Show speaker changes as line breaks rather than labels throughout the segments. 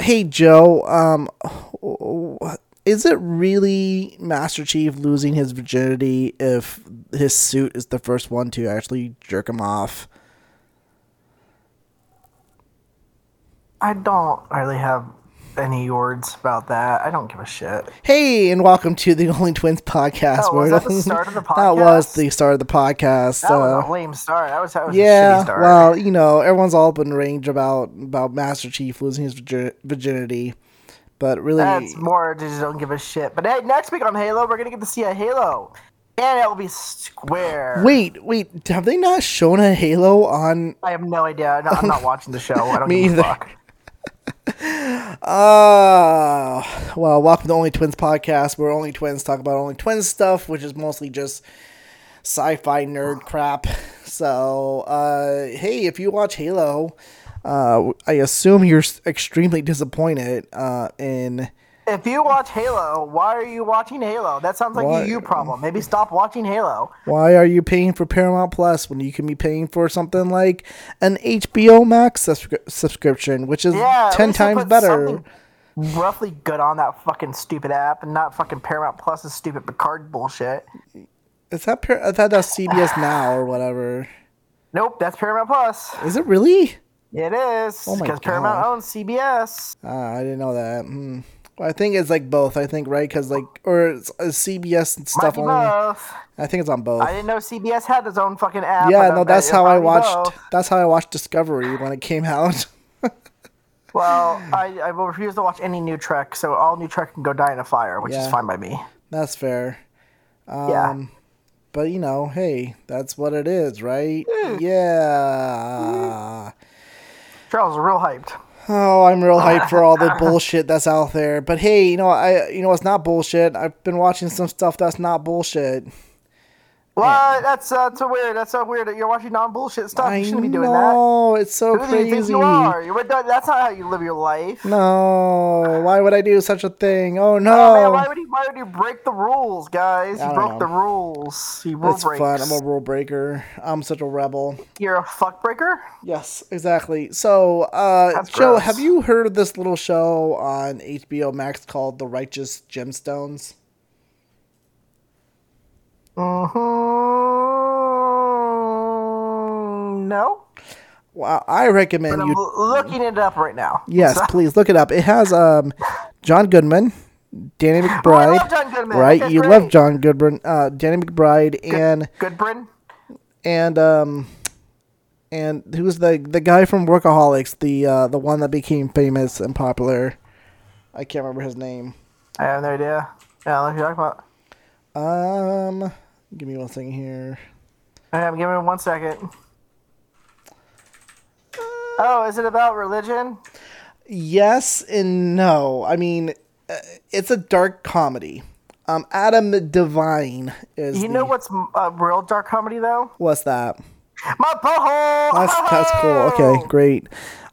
hey Joe, um, is it really Master Chief losing his virginity if his suit is the first one to actually jerk him off?
I don't really have any words about that. I don't give a shit.
Hey, and welcome to the Only Twins podcast.
Oh, was that the start of the
That was
podcast?
the start of the podcast.
That was
uh,
a lame start. That was, that was a shitty
yeah,
start.
well, you know, everyone's all up in range about about Master Chief losing his virgi- virginity, but really,
That's more just don't give a shit. But hey, next week on Halo, we're gonna get to see a Halo, and it will be square.
wait, wait, have they not shown a Halo on
I have no idea. I'm not, I'm not watching the show. I don't
Me
give a
either.
fuck.
Uh, well, welcome to Only Twins podcast, where only twins talk about only twins stuff, which is mostly just sci-fi nerd crap. So, uh, hey, if you watch Halo, uh, I assume you're s- extremely disappointed. Uh, in
If you watch Halo, why are you watching Halo? That sounds like
Why-
a you problem. Maybe stop watching Halo.
why are you paying for Paramount Plus when you can be paying for something like an HBO Max subscri- subscription, which is
Yeah, at
ten
least they
times
put
better.
something Roughly good on that fucking stupid app, and not fucking Paramount Plus's stupid Picard bullshit.
Is that par- I thought that's CBS Now or whatever?
Nope, that's Paramount Plus.
Is it really?
It is
Oh my
because Paramount
God.
owns CBS.
Ah, I didn't know that. Hmm. Well, I think it's like both. I think right because like or it's, uh, it's CBS and
Might
stuff
be
on.
both.
I think it's on both.
I didn't know CBS had its own fucking app.
yeah,
but
no,
bet
that's
it
how I
probably
watched.
both.
That's how I watched Discovery when it came out.
Well, I, I will refuse to watch any new Trek, so all new Trek can go die in a fire, which is
Yeah. Um,
fine by me.
that's fair.
yeah.
But you know, hey, that's what it is, right?
Hmm.
Yeah.
Charles is real hyped.
Oh, I'm real hyped for all the bullshit that's out there. But hey, you know, I you know it's not bullshit. I've been watching some stuff that's not bullshit.
Well, that's uh, that's so weird. That's so weird. that You're watching non bullshit stuff.
I
Oh, you shouldn't be doing that.
know it's so
Who do
crazy.
you think you are? You're, that's not how you live your life.
No, why would I do such a thing? Oh no,
Oh, man, why would you why would you break the rules, guys? You
don't
broke
know.
the rules. You rule
that's
breaks.
fun. I'm a rule breaker. I'm such a rebel.
You're a fuck breaker.
Yes, exactly. So, uh,
That's
Joe,
gross.
have you heard of this little show on HBO Max called The Righteous Gemstones?
Mm, no.
Well, I recommend
I'm
you.
l- looking it up right now.
Yes,
So-
please look it up. It has um, John Goodman, Danny McBride.
Oh, I love John Goodman.
Right,
That's
you
great.
love John Goodman, uh, Danny McBride, and
Good, Bryn.
and um and who's the the guy from Workaholics, the uh the one that became famous and popular. I can't remember his name.
I have no idea. Yeah, I don't know who you're talking about.
Um give me one second here.
I am giving him one second. Oh, is it about religion?
Yes and no. I mean, uh, it's a dark comedy. Um Adam Devine is
You know
the-
what's m- a real dark comedy though?
what's that?
My butthole.
That's that's cool. Okay, great.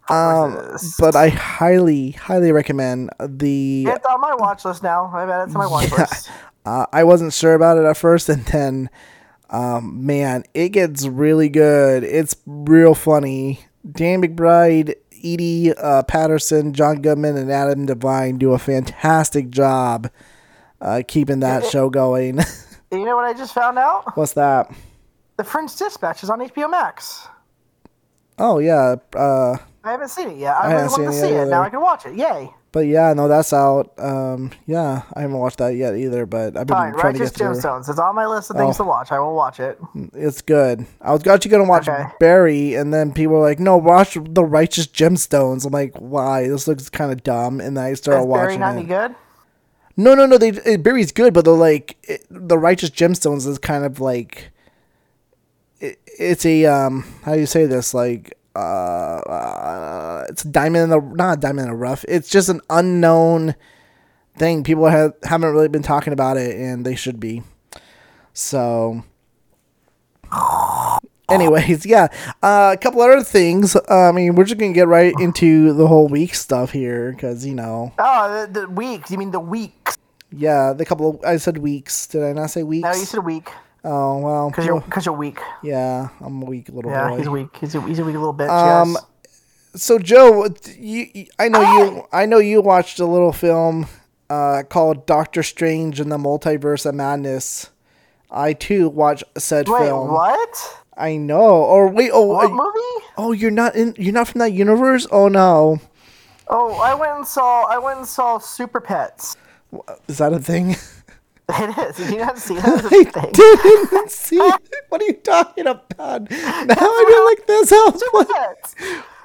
Um
Versus-
but I highly highly recommend the
It's on my watch list now. I bet it's on my watch list.
Uh, I wasn't sure about it at first, and then, um, man, it gets really good. It's real funny. Dan McBride, Edie uh, Patterson, John Goodman, and Adam Devine do a fantastic job uh, keeping that show going.
You know what I just found out?
What's that?
The French Dispatch is on HBO Max.
Oh yeah, uh,
I haven't seen it yet. I,
haven't
really wanted to
seen it
see it.
either.
Now I can watch it. Yay.
but yeah, no, that's out. Um, yeah, I haven't watched that yet either, but I've been
Fine.
trying to
Righteous
get through. Oh.
Gemstones. It's on my list of things to watch. I will watch it.
It's good. I was actually gonna watch
Okay.
Barry, and then people were like, "No, watch the Righteous Gemstones." I'm like, "Why? This looks kind of dumb." And then I started
Is Barry
watching
not
it.
any good?
No, no, no. They it, Barry's good, but they're like it, the Righteous Gemstones is kind of like it, it's a um how do you say this like uh, uh it's a diamond in the not a diamond in the rough. It's just an unknown thing. People have haven't really been talking about it, and they should be. So. Anyways, yeah, uh, a couple other things. Uh, I mean, we're just gonna get right into the whole week stuff here because you know
Oh, the, the weeks. You mean the weeks?
yeah, the couple of I said weeks. Did I not say weeks?
No, you said week
oh well.
because you're because you're weak.
yeah, I'm a weak little
Yeah,
boy.
he's Ah! weak. He's a, he's a weak little bitch.
Um,
yes.
so Joe, you, you- I know you, I know you watched a little film uh, called Doctor Strange and the Multiverse of Madness. I too watched said
Wait,
film.
what?
I know. Or wait, oh,
What
are-
movie?
oh, you're not in, you're not from that universe. Oh no,
Oh, I went and saw I went and saw Super Pets.
is that a thing?
It is. Did you not see that?
I
It's a thing.
didn't see. it. What are you talking about? Now I didn't like this house.
Super
What,
Pets.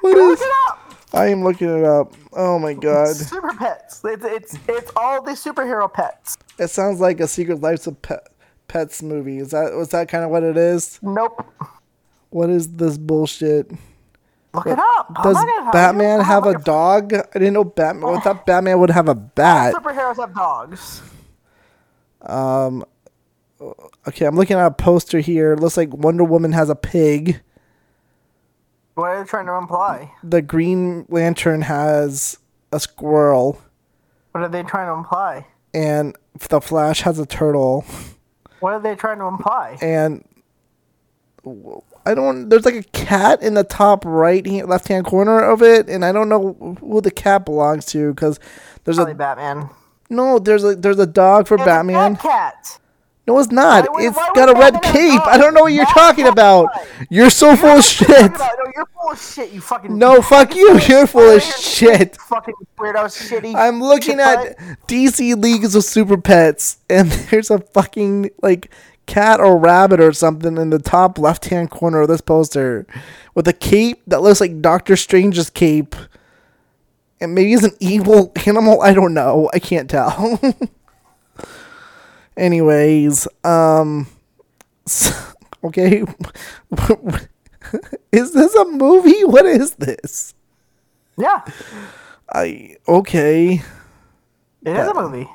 what
Look
is?
it up.
I am looking it up. Oh my god,
Super Pets. It's it's it's all the superhero pets.
it sounds like a Secret Life of Pet, Pets movie. Is that was that kind of what it is?
Nope.
What is this bullshit?
Look it up. I'm
Does
not gonna- I'm
Batman
not
have a
looking for-
dog? I didn't know Batman. I thought Batman would have a bat.
Superheroes have dogs.
Okay, I'm looking at a poster here. It looks like Wonder Woman has a pig.
What are they trying to imply?
The Green Lantern has a squirrel,
What are they trying to imply?
and the Flash has a turtle.
What are they trying to imply?
And I don't. There's like a cat in the top right, hand, left hand corner of it, and I don't know who the cat belongs to because there's
Probably
a
Batman.
no. There's a there's a dog for
It's a
Batman.
bad cat.
No, it's not.
Why would-
It's
why
got a
would
red
Batman have
cape.
dogs?
I don't know what you're
That's
talking
not
about.
right.
You're so full of shit.
No, you're full of shit. You fucking
No, fuck you. You're full
You're
of shit.
Fucking weirdo, shitty.
I'm looking
shit
at
butt.
DC Leagues of Super Pets, and there's a fucking like cat or rabbit or something in the top left hand corner of this poster with a cape that looks like Doctor Strange's cape. And maybe it's an evil animal. I don't know. I can't tell. Anyways, um, so- okay, is this a movie? What is this?
Yeah,
I okay.
it is a movie.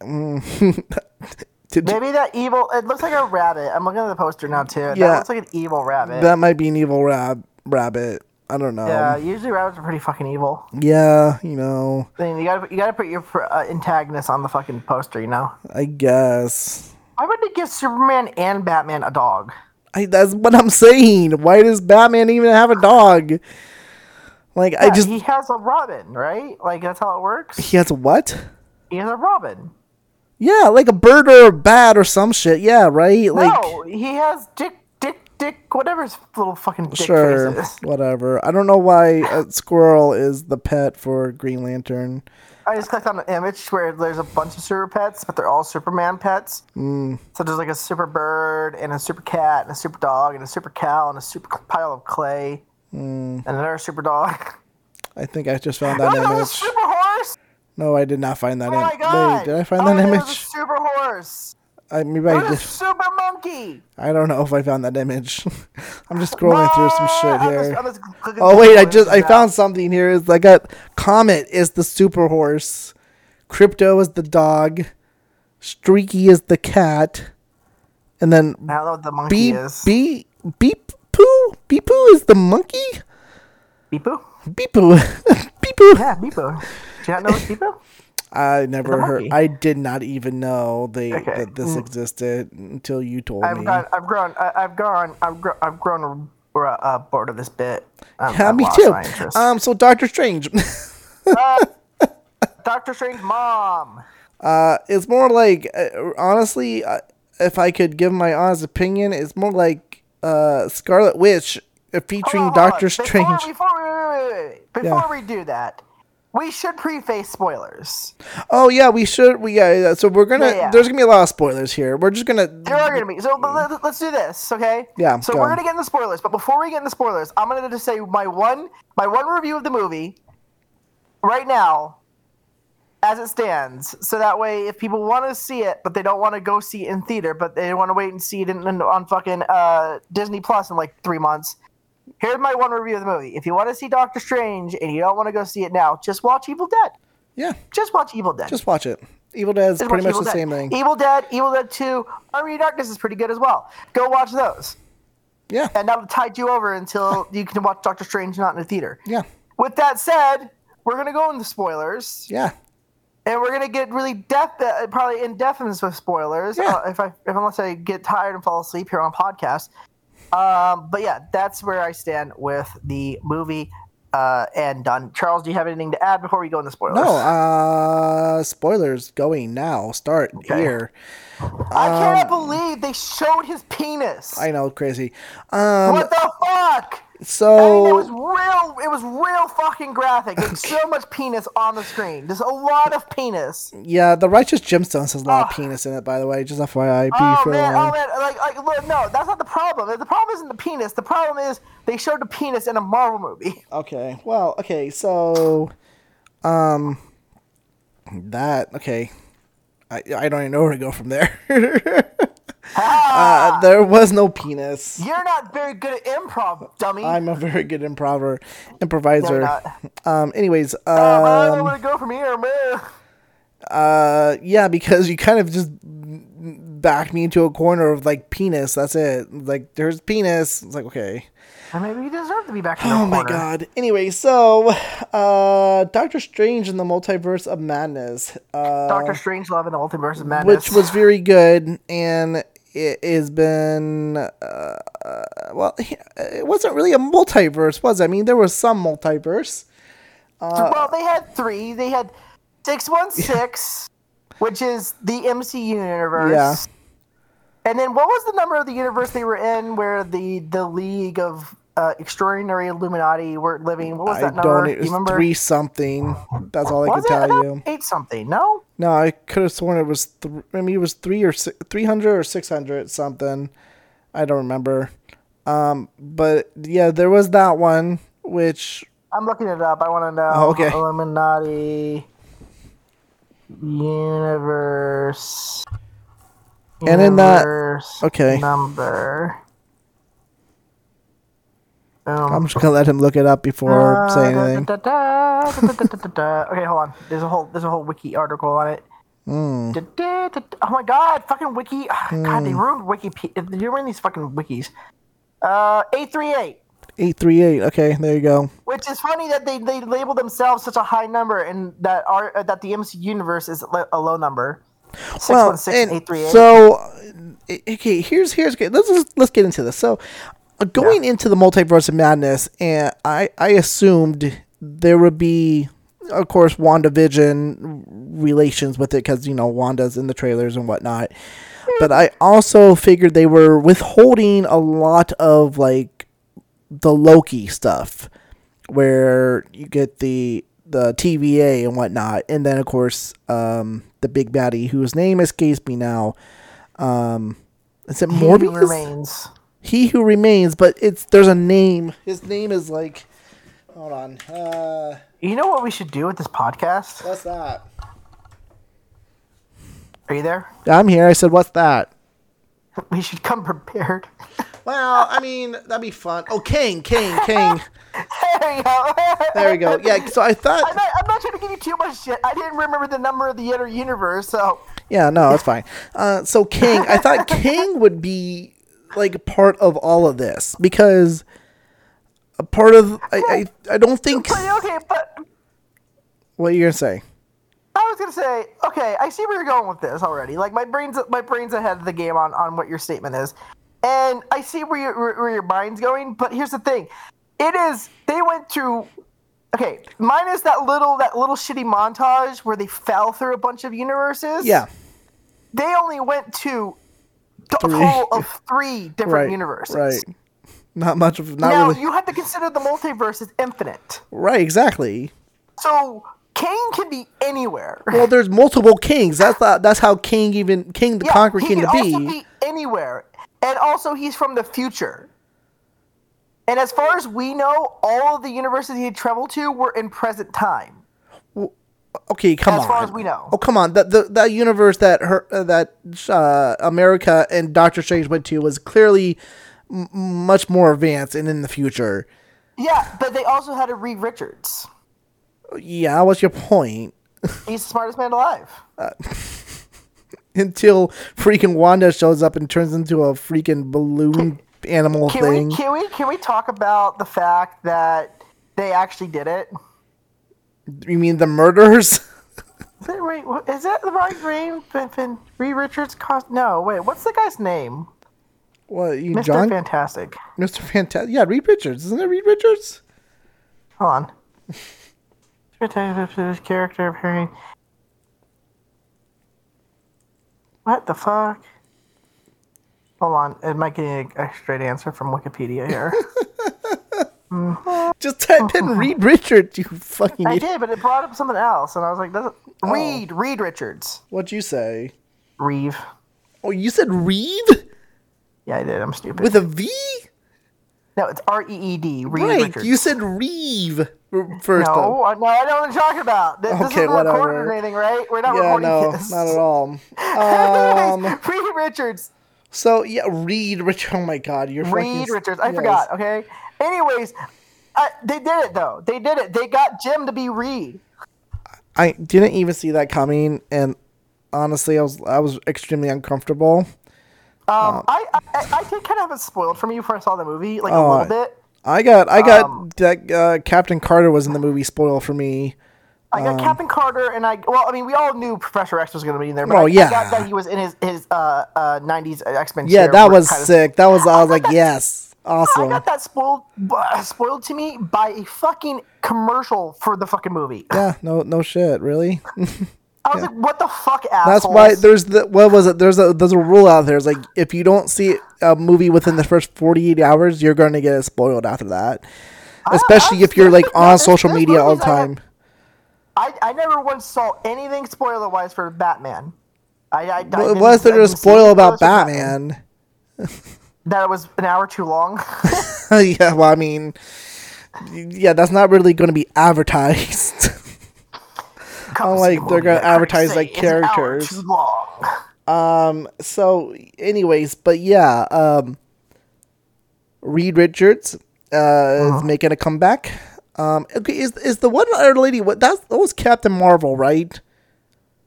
Mm. Did you-
Maybe that evil. It looks like a rabbit. I'm looking at the poster now too.
Yeah.
that looks like an evil rabbit.
that might be an evil rab- rabbit. I don't know.
yeah,
Yeah.
usually rabbits are pretty fucking evil.
you know,
I mean, you gotta you gotta put your pr- uh, antagonist on the fucking poster, you know.
I guess.
Why would they give Superman and Batman a dog?
I, that's what I'm saying. Why does Batman even have a dog? Like, I
Yeah,
just.
he has a Robin, right? Like that's how it works.
He has a what?
He has a Robin.
Yeah, like a bird or a bat or some shit. Yeah, right? Like,
no, he has Dick, Dick, Dick, whatever his little fucking dick
sure.
face is.
Whatever. I don't know why a squirrel is the pet for Green Lantern.
I just clicked on an image where there's a bunch of super pets, but they're all Superman pets. Mm. So there's like a super bird and a super cat and a super dog and a super cow and a super pile of clay
Mm.
and another super dog.
I think I just found
Oh,
that
there's a
image.
super horse!
No, I did not find that
Oh my
image.
god!
Did I find
oh,
that
there's a
image?
super horse!
I, maybe I
There's a
did.
super monkey!
I don't know if I found that image. I'm just scrolling through some shit
Ah, I'm
here.
just- I'm just clicking
oh
through
wait, I
images
just I
now.
found something here. It's I got Comet is the super horse, Crypto is the dog, Streaky is the cat, and then
I don't know what the monkey
Beep
is.
Beep Beep Poo Beep Poo is the monkey.
Beepoo?
Beep Poo Beep Poo.
Yeah, Beepo. Do you not know it's Beepo?
I never heard.
monkey.
I did not even know they
Okay. Hmm.
that this existed until you told
I've
me.
gone. I've grown. I- I've gone. I've, gr- I've grown uh, uh, bored of this bit. Um,
yeah,
I've
me
lost
too.
my interest. Ah,
Um, so Doctor Strange.
Doctor Strange mom.
Uh, it's more like uh, honestly, uh, if I could give my honest opinion, it's more like uh, Scarlet Witch uh, featuring
Hold on, hold on.
Doctor
Oh, Before,
Strange.
before, wait, wait, wait, wait, wait.
Yeah.
before we do that, we should preface spoilers.
Oh yeah, we should. We yeah, yeah. So we're gonna.
Yeah, yeah.
There's gonna be a lot of spoilers here. We're just gonna.
There are going to be. So but let, let's do this, okay?
Yeah,
So
go
we're
on.
going to get into spoilers, but before we get into spoilers, I'm going to just say my one my one review of the movie right now as it stands. So that way if people want to see it but they don't want to go see it in theater, but they want to wait and see it in, in- on fucking uh, Disney Plus in like 3 months. Here's my one review of the movie. If you want to see Doctor Strange and you don't want to go see it now, just watch Evil Dead.
Yeah,
Just watch Evil Dead.
just watch it. Evil Dead is
Just
pretty
watch
much the
Evil
same
Dead. E-
thing.
Evil Dead, Evil Dead 2, Army of Darkness is pretty good as well. Go watch those.
yeah,
And that'll tide you over until you can watch Doctor Strange not in a theater.
yeah,
With that said, we're going to go into spoilers.
yeah.
And we're going to get really depth, uh, probably in depthness with spoilers,
Yeah.
uh, if I, if, unless I get tired and fall asleep here on podcast. Um, but yeah, that's where I stand with the movie uh, and done. Charles, do you have anything to add before we go into spoilers?
No, uh, spoilers going now. Start
Okay.
here.
I cannot believe they showed his penis.
um, I know, crazy. Um,
what the fuck? I mean, it
so
was real. It was real fucking graphic. There's so much penis on the screen. There's a lot of penis.
yeah, the righteous gemstones has a lot of
Ah.
penis in it, by the way. Just FYI, be
Oh
for
man, oh
along.
man, like, like look, no, that's not the problem. The problem isn't the penis. The problem is they showed the penis in a Marvel movie.
Okay. Well, okay. So, um, that okay. I I don't even know where to go from there. uh, there was no penis.
You're not very good at improv, dummy.
I'm a very good improver,
No,
improviser.
you're
um. Anyways.
Uh, I don't know
Um.
where to go from here, man.
Uh. Yeah. Because you kind of just backed me into a corner of like penis. That's it. Like there's penis. It's like okay.
And maybe you deserve to be back in the
Oh my
corner.
god. Anyway, so uh Doctor Strange in the Multiverse of Madness. Uh
Doctor Strangelove in the Multiverse of Madness.
which was very good and it has been uh, uh, well it wasn't really a multiverse was it? i mean there was some multiverse Uh,
well, they had three. They had six one six, which is the MCU universe.
Yeah.
And then what was the number of the universe they were in where the the League of uh, Extraordinary Illuminati weren't living? What was
i
that number?
don't it
Do you
was
remember?
three something that's all i
was
can
it? I
tell
thought
you
Eight something? No.
no i could have sworn it was th- i mean it was three or si- 300 or 600 something i don't remember um but yeah there was that one which
I'm looking it up. I want to know.
Oh, okay.
Illuminati universe.
And in that-
universe
okay.
number. Um,
i'm just gonna let him look it up before
da-
saying
da-
anything
da- da- da- da- da- da- da- Okay, hold on. There's a whole there's a whole wiki article on it.
Hmm.
Da- da- da- da- Oh my god, fucking wiki! ah, God, they ruined Wikipedia. They ruined these fucking wikis. Uh, eight three eight.
838 okay there you go
Which is funny that they, they label themselves such a high number and that are uh, that the MC universe is li- a low number. Six one six
and
eight three eight.
So, uh, okay, here's here's okay, let's let's- let's get into this. So, uh, going into the multiverse of madness, and I I assumed there would be, of course, WandaVision relations with it because you know Wanda's in the trailers and whatnot. But I also figured they were withholding a lot of like the Loki stuff, where you get the the TVA and whatnot, and then of course um, the big baddie whose name escapes me now. Um, is it
Beauty
Morbius?
remains.
He who remains, but it's there's a name. His name is like, hold on, uh,
You know what we should do with this podcast?
what's that?
Are you there?
I'm here. I said, what's that?
We should come prepared.
Well, I mean that'd be fun. Oh, Kang, Kang, Kang.
there you go.
There we go. Yeah. So I
I'm
thought.
not, I'm not trying to give you too much shit. I didn't remember the number of the inner universe, so
Yeah, no, that's fine. Uh, so King, I thought King would be like part of all of this because a part of I I, I don't think
but okay, but
what you're gonna say.
I was gonna say, okay, I see where you're going with this already. Like my brain's my brain's ahead of the game on, on what your statement is, and I see where your where where your mind's going. But here's the thing, it is they went through. Okay, minus that little that little shitty montage where they fell through a bunch of universes.
Yeah,
they only went to a
Three.
total of three different
right,
universes.
right. Not much of not
Now
really
you have to consider the multiverse is infinite,
right exactly.
so Kane can be anywhere.
Well, there's multiple kings. That's the, that's how King even King the Conqueror
he
came
can
to be.
also be anywhere, and also he's from the future. And as far as we know, all of the universes he had traveled to were in present time.
Okay, come on.
As far as we know.
Oh, come on. That the that universe that her uh, that uh, America and Doctor Strange went to was clearly m- much more advanced and in the future.
Yeah, but they also had a Reed Richards.
Yeah, what's your point?
He's the smartest man alive.
Until freaking Wanda shows up and turns into a freaking balloon animal
Can
thing.
we can we can we talk about the fact that they actually did it?
you mean the murders?
Wait, wait, what- is that the right name? Fin- Fin- Reed Richards cost? No, wait. What's the guy's name?
what you
Mr.
John?
Fantastic.
Mr. Fantastic. Yeah, Reed Richards. Isn't it Reed Richards?
Hold on. Prototype to this character appearing. What the fuck? Hold on. Am I getting a, a straight answer from Wikipedia here?
Just type in Reed Richards, you fucking
I
idiot.
did, but it brought up something else, and I was like, doesn't
Oh.
Reed, Reed Richards.
What'd you say?
Reeve.
Oh, you said Reed?
Yeah, I did. I'm stupid.
With a V?
no, it's R E E D. Reed
Right,
Richards.
you said Reeve r- first
no, I- no, I know what I'm talking about. Th- This,
Okay,
isn't recorded
whatever.
or anything, right? We're not
time. Yeah,
recording
no,
this.
not at all. Um,
Reed Richards.
so yeah, Reed Richards. Oh my God, you're fucking.
Reed Richards. I
yes.
forgot. Okay. Anyways, I, they did it though. They did it. They got Jim to be Reed.
I didn't even see that coming, and honestly, I was I was extremely uncomfortable.
Um,
Oh.
I, I I did kind of have it spoiled for me before I saw the movie, like
Oh,
a
I-
little bit.
I got I got
Um,
that uh, Captain Carter was in the movie spoil for me.
I
um,
got Captain Carter, and I well, I mean, we all knew Professor X was going to be in there. But
Oh,
I,
yeah.
I got that he was in his his uh, uh, '90s X Men.
Yeah, that was sick. That was I was like, yes,
"Ah, I
awesome.
got that spoiled uh, spoiled to me by a fucking commercial for the fucking movie.
Yeah, no, no shit, really.
I was like, what the fuck, assholes?
That's why there's the what was it? There's a there's a rule out there. It's like if you don't see a movie within the first 48 hours, you're going to get it spoiled after that. Especially if you're like
stupid.
on
There's-
social
there's
media all the
movies I have-
time.
I, I never once saw anything spoiler wise for Batman. I, I, I
Well,
didn't-
was
I
there a
didn't see
spoil
any
about
spoilers for
Batman?
That it was an hour too long.
yeah, well, I mean, yeah, that's not really going to be advertised.
Come
like
see
they're
what
gonna
critics
advertise,
say.
like,
It's an hour
characters.
too long.
Um. So, anyways, but yeah. Um. Reed Richards uh,
Uh-huh.
is making a comeback. Um. Okay. Is is the one other lady? What that's that was Captain Marvel, right?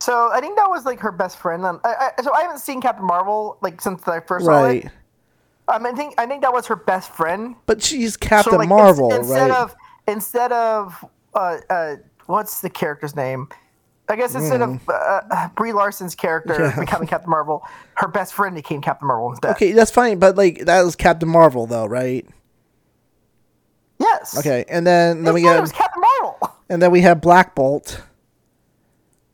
So I think that was like her best friend. Um, I, I, so I haven't seen Captain Marvel like since I first saw
Right.
it. Um, I think I think that was her best friend.
But she's Captain
So like ins-
Marvel,
instead
right?
of instead of uh, uh, what's the character's name? I guess instead of uh, uh, Brie Larson's character
Hmm. Yeah.
becoming Captain Marvel, her best friend became Captain Marvel instead.
okay, that's fine. But like that was Captain Marvel, though, right?
Yes.
Okay. And then then
Then
we
it was
have
Captain Marvel.
and then we have Black Bolt.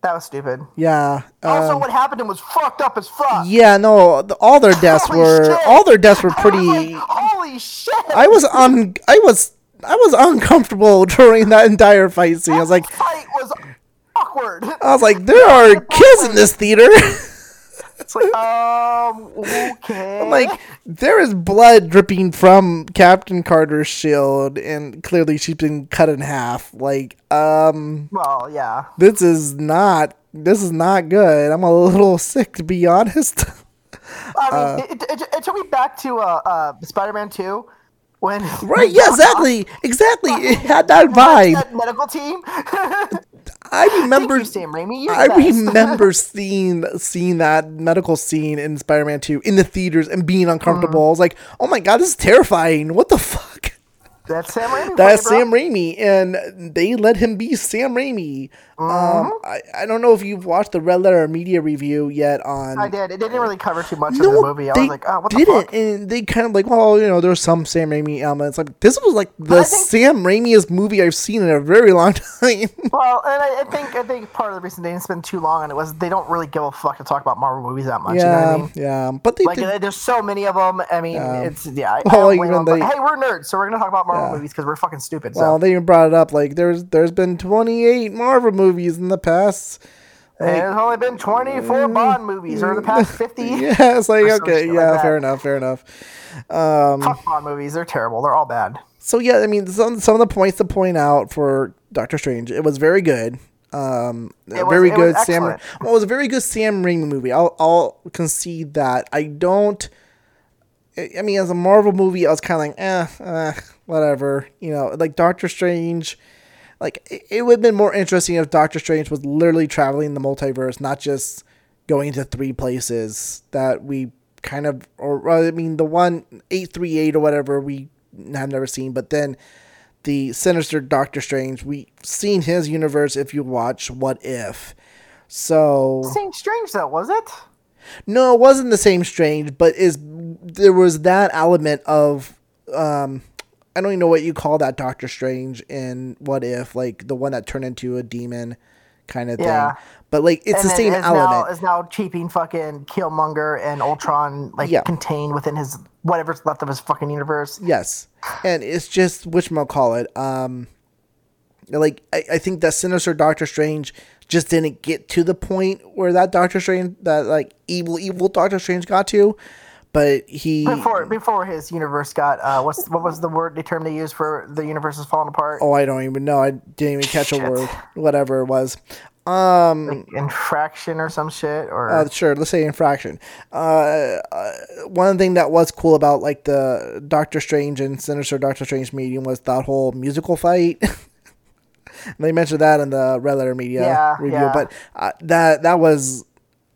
That was stupid.
Yeah.
Also,
um,
what happened to him was fucked up as fuck.
yeah. No. The, all their deaths
Holy
were
Oh shit.
all their deaths were
I was like,
pretty.
Holy shit!
I was un I was I was uncomfortable during that entire fight scene. I was like
That fight was awkward.
I was like, there are kids in this theater.
It's like, um, okay.
I'm like there is blood dripping from Captain Carter's shield and clearly she's been cut in half. Like, um
well, yeah.
this is not this is not good. I'm a little sick to be honest.
I
uh,
mean, it, it, it, it took me back to uh, uh, Spider-Man Two, when
right, yeah, exactly. Exactly. It had that vibe.
that medical team.
I remember
you, Sam Raimi. You're
I
the best.
remember seeing seeing that medical scene in Spider-Man 2 in the theaters and being
Mm.
uncomfortable. I was like, "Oh my god, this is terrifying. What the fuck?"
That's Sam Raimi.
That's
for you,
Sam Raimi and they let him be Sam Raimi. Um,
Mm-hmm.
I, I don't know if you've watched the Red Letter Media review yet on
bro. I did. It didn't really cover too much
no,
of the movie. I
they
was like, oh, what the
didn't,
fuck?
and they kind of like, well, you know, there's some Sam Raimi elements. Like this was like the
I think-
Sam Raimiest movie I've seen in a very long time.
Well, and I, I think I think part of the reason they didn't spend too long on it was they don't really give a fuck to talk about Marvel movies that much. You know what I
yeah,
mean?
yeah, but they
Like
did.
uh, there's so many of them. I mean, it's yeah. I,
Well,
I don't blame
even
'em, but
they-
hey, we're nerds, so we're gonna talk about Marvel
Yeah.
movies because we're fucking stupid. So
Well, they even brought it up. Like there's there's been 28 Marvel movies in the past.
And there's only been 24 Bond movies over the past 50.
Yeah, it's like
Or some
okay,
shit like
yeah,
that.
fair enough, fair enough.
Fuck Bond movies. They're terrible. They're all bad.
So yeah, I mean some some of the points to point out for Doctor Strange, it was very good. Um, a
was-
very
it was
good Sam.
excellent.
Well, it was a very good Sam Raimi movie. I'll I'll concede that. I don't. I I mean, as a Marvel movie, I was kind of like, eh, eh, whatever. You know, like Doctor Strange. Like it, it would have been more interesting if Doctor Strange was literally traveling the multiverse, not just going to three places that we kind of, or well, I mean, the one eight three eight or whatever we have never seen, but then the sinister Doctor Strange. We seen his universe if you watch What If. So
Seems strange though, was it?
no, it wasn't the same strange, but is there was that element of um I don't even know what you call that Doctor Strange in What If, like the one that turned into a demon kind of
Yeah.
thing. But like it's the
then
same
is now,
element.
is now keeping fucking Killmonger and Ultron like
Yeah.
contained within his whatever's left of his fucking universe.
yes. And it's just which call it. Um like I, I think that sinister Doctor Strange just didn't get to the point where that Doctor Strange that like evil evil Doctor Strange got to. But he
Before before his universe got uh, what's what was the word the term they used for the universe is falling apart?
Oh, I don't even know. I didn't even catch a
Shit.
word. Whatever it was. Um,
Like infraction or some shit or
Uh, sure, let's say infraction. Uh, uh, one thing that was cool about like the Doctor Strange and Sinister Doctor Strange meeting was that whole musical fight. they mentioned that in the Red Letter Media
Yeah,
review,
yeah.
but uh, that that was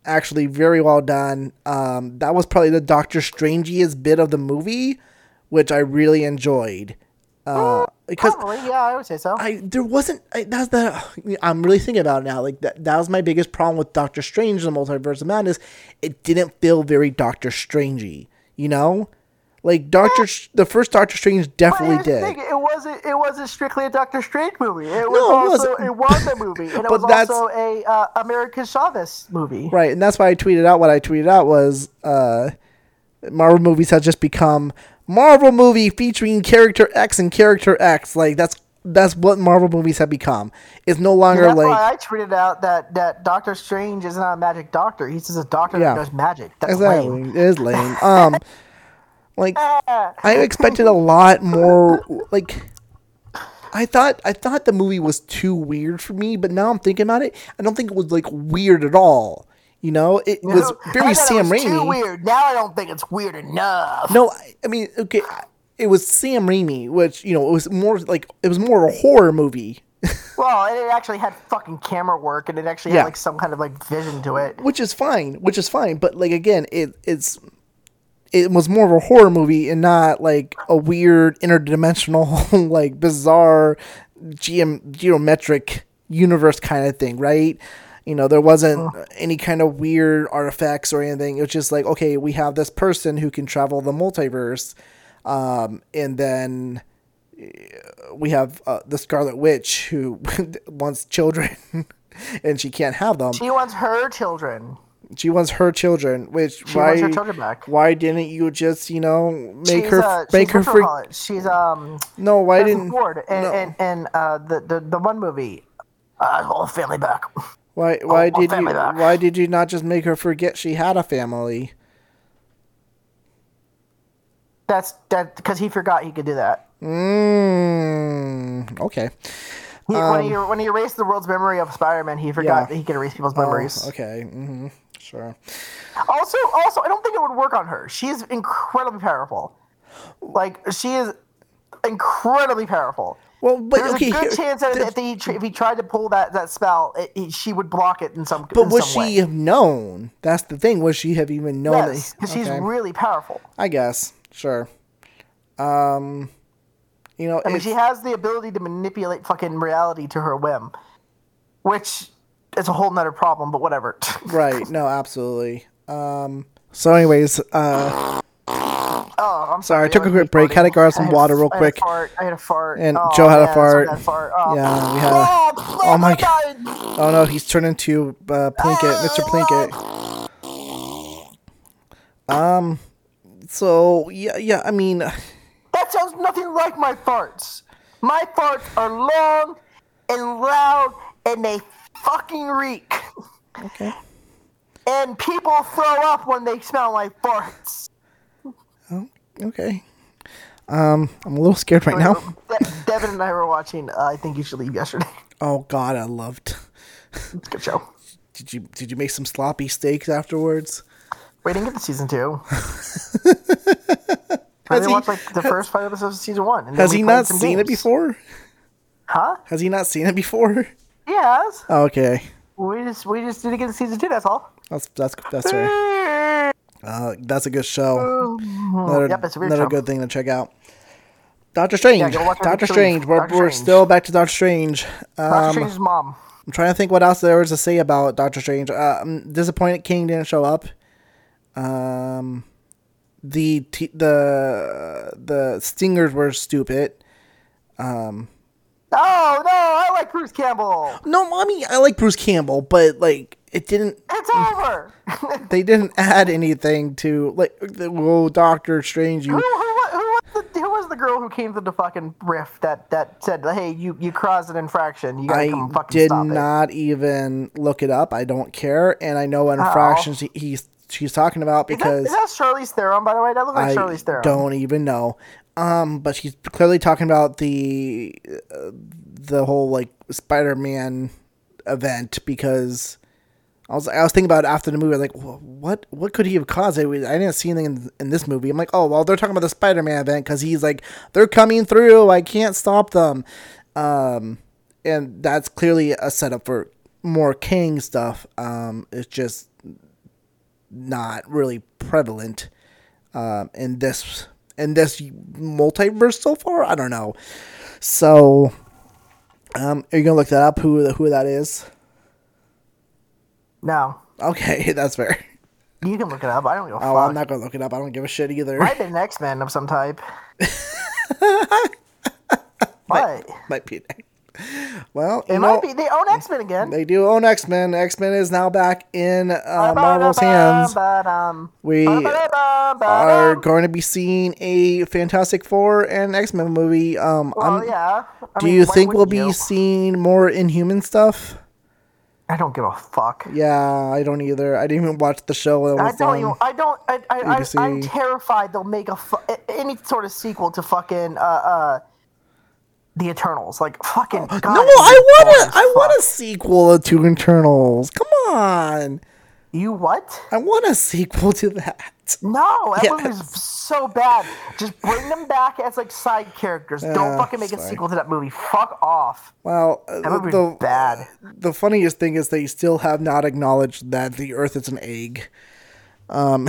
actually very well done. Um, that was probably the Doctor Strangiest bit of the movie, which I really enjoyed.
Oh,
Uh, because
probably yeah I would say so.
I there wasn't I, that's the I'm really thinking about it now. Like that that was my biggest problem with Doctor Strange and the Multiverse of Madness. It didn't feel very Doctor Strangey, you know? Like Doctor Sh- the first Doctor Strange
But
definitely
here's the
did.
thing, it wasn't. It wasn't strictly a Doctor Strange movie. It was
No, it
also
wasn't.
it was a movie, and it
But
was
that's-
also a uh, American Chavez movie.
Right, and that's why I tweeted out what I tweeted out was uh Marvel movies have just become Marvel movie featuring character X and character X. Like that's that's what Marvel movies have become. It's no longer
That's
like
why I tweeted out that that Doctor Strange is not a magic doctor. He's just a doctor
Yeah.
that does magic. That's
exactly.
lame.
It is lame. Um like
Ah,
I expected a lot more. Like, I thought I thought the movie was too weird for me, but now I'm thinking about it, I don't think it was like weird at all. You know, it
you
was
know, I
very
thought
Sam
it was Too
Raimi.
weird. Now I don't think it's weird enough.
No, I, I mean, okay, I- it was Sam Raimi, which you know, it was more like it was more a horror movie,
Well, and it actually had fucking camera work, and it actually
Yeah.
had like some kind of like vision to it.
which is fine, which is fine. But like again, it it's it was more of a horror movie and not like a weird interdimensional, like bizarre, geom- geometric universe kind of thing, right? You know, there wasn't any kind of weird artifacts or anything. It was just like, okay, we have this person who can travel the multiverse, um, and then we have uh, the Scarlet Witch who wants children, and she can't have them
She wants her children.
she wants her children. Which why
wants her children back.
why didn't you just you know make
she's,
her
uh,
make
she's
her
whatchamacallit.
freak?
She's um.
No, why
Harrison
didn't
Ford and
no.
and, and uh, the, the the one movie, uh, whole family back.
why why
oh,
did you
family back.
why did you not just make her forget she had a family?
That's that because he forgot he could do that.
Mm, okay,
He, when he when he erased the world's memory of Spider-Man, he forgot
Um, Yeah. Oh,
that he could erase people's memories.
okay, hmm sure.
Also, also, I don't think it would work on her. She is incredibly powerful. Like she is incredibly powerful.
Well, but
There's
okay,
a good
here-
chance that if, he, tr- if he tried to pull that, that spell, it, he, she would block it in some.
but
in
would
some
she
way.
have known? That's the thing. Would she have even known?
Yes,
that,
because she's
okay,
really powerful.
I guess sure. Um, you know,
I mean,
it's-
she has the ability to manipulate fucking reality to her whim, which is a whole nother problem, but whatever.
Right. No, absolutely. Um, so, anyways, uh,
oh, I'm
sorry, I
sorry.
took a
was
quick break. Had to
recording.
grab some
I had a-
water real
I had a
quick.
fart. I had a fart.
And
Oh,
Joe had a
man, someone
fart.
had a fart. Oh.
Yeah, we had a-
Oh,
Oh, my
God.
oh no, he's turned into uh, Plinkett, Mr. Plinkett. Um, so yeah, yeah. I mean,
That sounds nothing like my farts. My farts are long and loud and they fucking reek.
okay,
And people throw up when they smell my farts.
okay. Um, I'm a little scared right now.
Um, De- Devin and I were watching uh, I Think You Should Leave yesterday.
Oh God, I loved.
It's a good show.
Did you did you make some sloppy steaks afterwards?
We didn't get to season two. I
he-
only watched like the first five episodes of season one. and then
Has
we
he
played
not
some
seen it
games.
before?
Huh?
Has he not seen it before?
Yes.
Oh, okay,
We just we just didn't get to season two. That's all.
that's that's that's fair. Uh, that's a good show. Another,
Yep, it's a weird
another
show.
good thing to check out. Doctor Strange.
go watch
Doctor
Doctor
Strange.
Strange.
We're,
Doctor
we're
Strange.
still back to Doctor Strange. Uh,
Doctor Strange's mom.
I'm trying to think what else there was to say about Doctor Strange. Uh, I'm disappointed King didn't show up. Um, the t- the the stingers were stupid.
Oh no, I like Bruce Campbell.
No, mommy, I like Bruce Campbell, but like it didn't.
It's over. who,
They didn't add anything to like. the- Whoa, Doctor Strange,
who,
you
wa- who was the, who was the girl who came to the fucking riff that that said, "Hey, you you caused an infraction. You gotta
I
come fucking
did
stop it."
not even look it up. I don't care, and I know what infractions he, he's she's talking about
Oh. Is that,
because
is that Charlize Theron, by the way? That looks
I
like Charlize Theron.
don't even know. Um, but she's clearly talking about the uh, the whole like Spider-Man event because I was I was thinking about it after the movie. I was like, "Wha- what what could he have caused? I, was- I didn't see anything in, in this movie. I'm like, oh well, they're talking about the Spider-Man event because he's like, they're coming through. I can't stop them. Um, and that's clearly a setup for more Kang stuff. Um, it's just not really prevalent um, in this in this multiverse so far. I don't know. So, um, are you gonna look that up? Who who that is?
No,
Okay, that's fair.
you can look it up. I don't give
Oh,
a fuck.
I'm not gonna look it up. I don't give a shit either.
Might have been an X Men of some type. what?
might be. Well, you
It
know,
might be. They own X Men again.
they do own X Men. X Men is now back in uh, Marvel's hands.
Ba-da-ba-dum.
We Are
Ba-da-ba-dum.
going to be seeing a Fantastic Four and X Men movie. Um,
Well,
I'm-
Oh, yeah. I
do
mean,
you
why
think we'll
wouldn't
be
you?
seeing more Inhuman stuff?
I don't give a fuck.
Yeah, I don't either. I didn't even watch the show. That
I
was um,
don't.
on.
Even, I don't. I, I, I,
ABC.
I'm terrified they'll make a fu- a- any sort of sequel to fucking uh, uh, the Eternals. Like fucking. God,
no,
it'd
I
be boring
want
as
a, I want a
fuck.
sequel to Internals. Come on,
You what?
I want a sequel to that.
No, that
Yes.
movie was so bad. Just bring them back as like side characters.
Yeah,
don't fucking make a
it's fine.
sequel to that movie. Fuck off.
Well, uh,
That movie
the
was bad.
the funniest thing is they still have not acknowledged that the Earth is an egg. Um,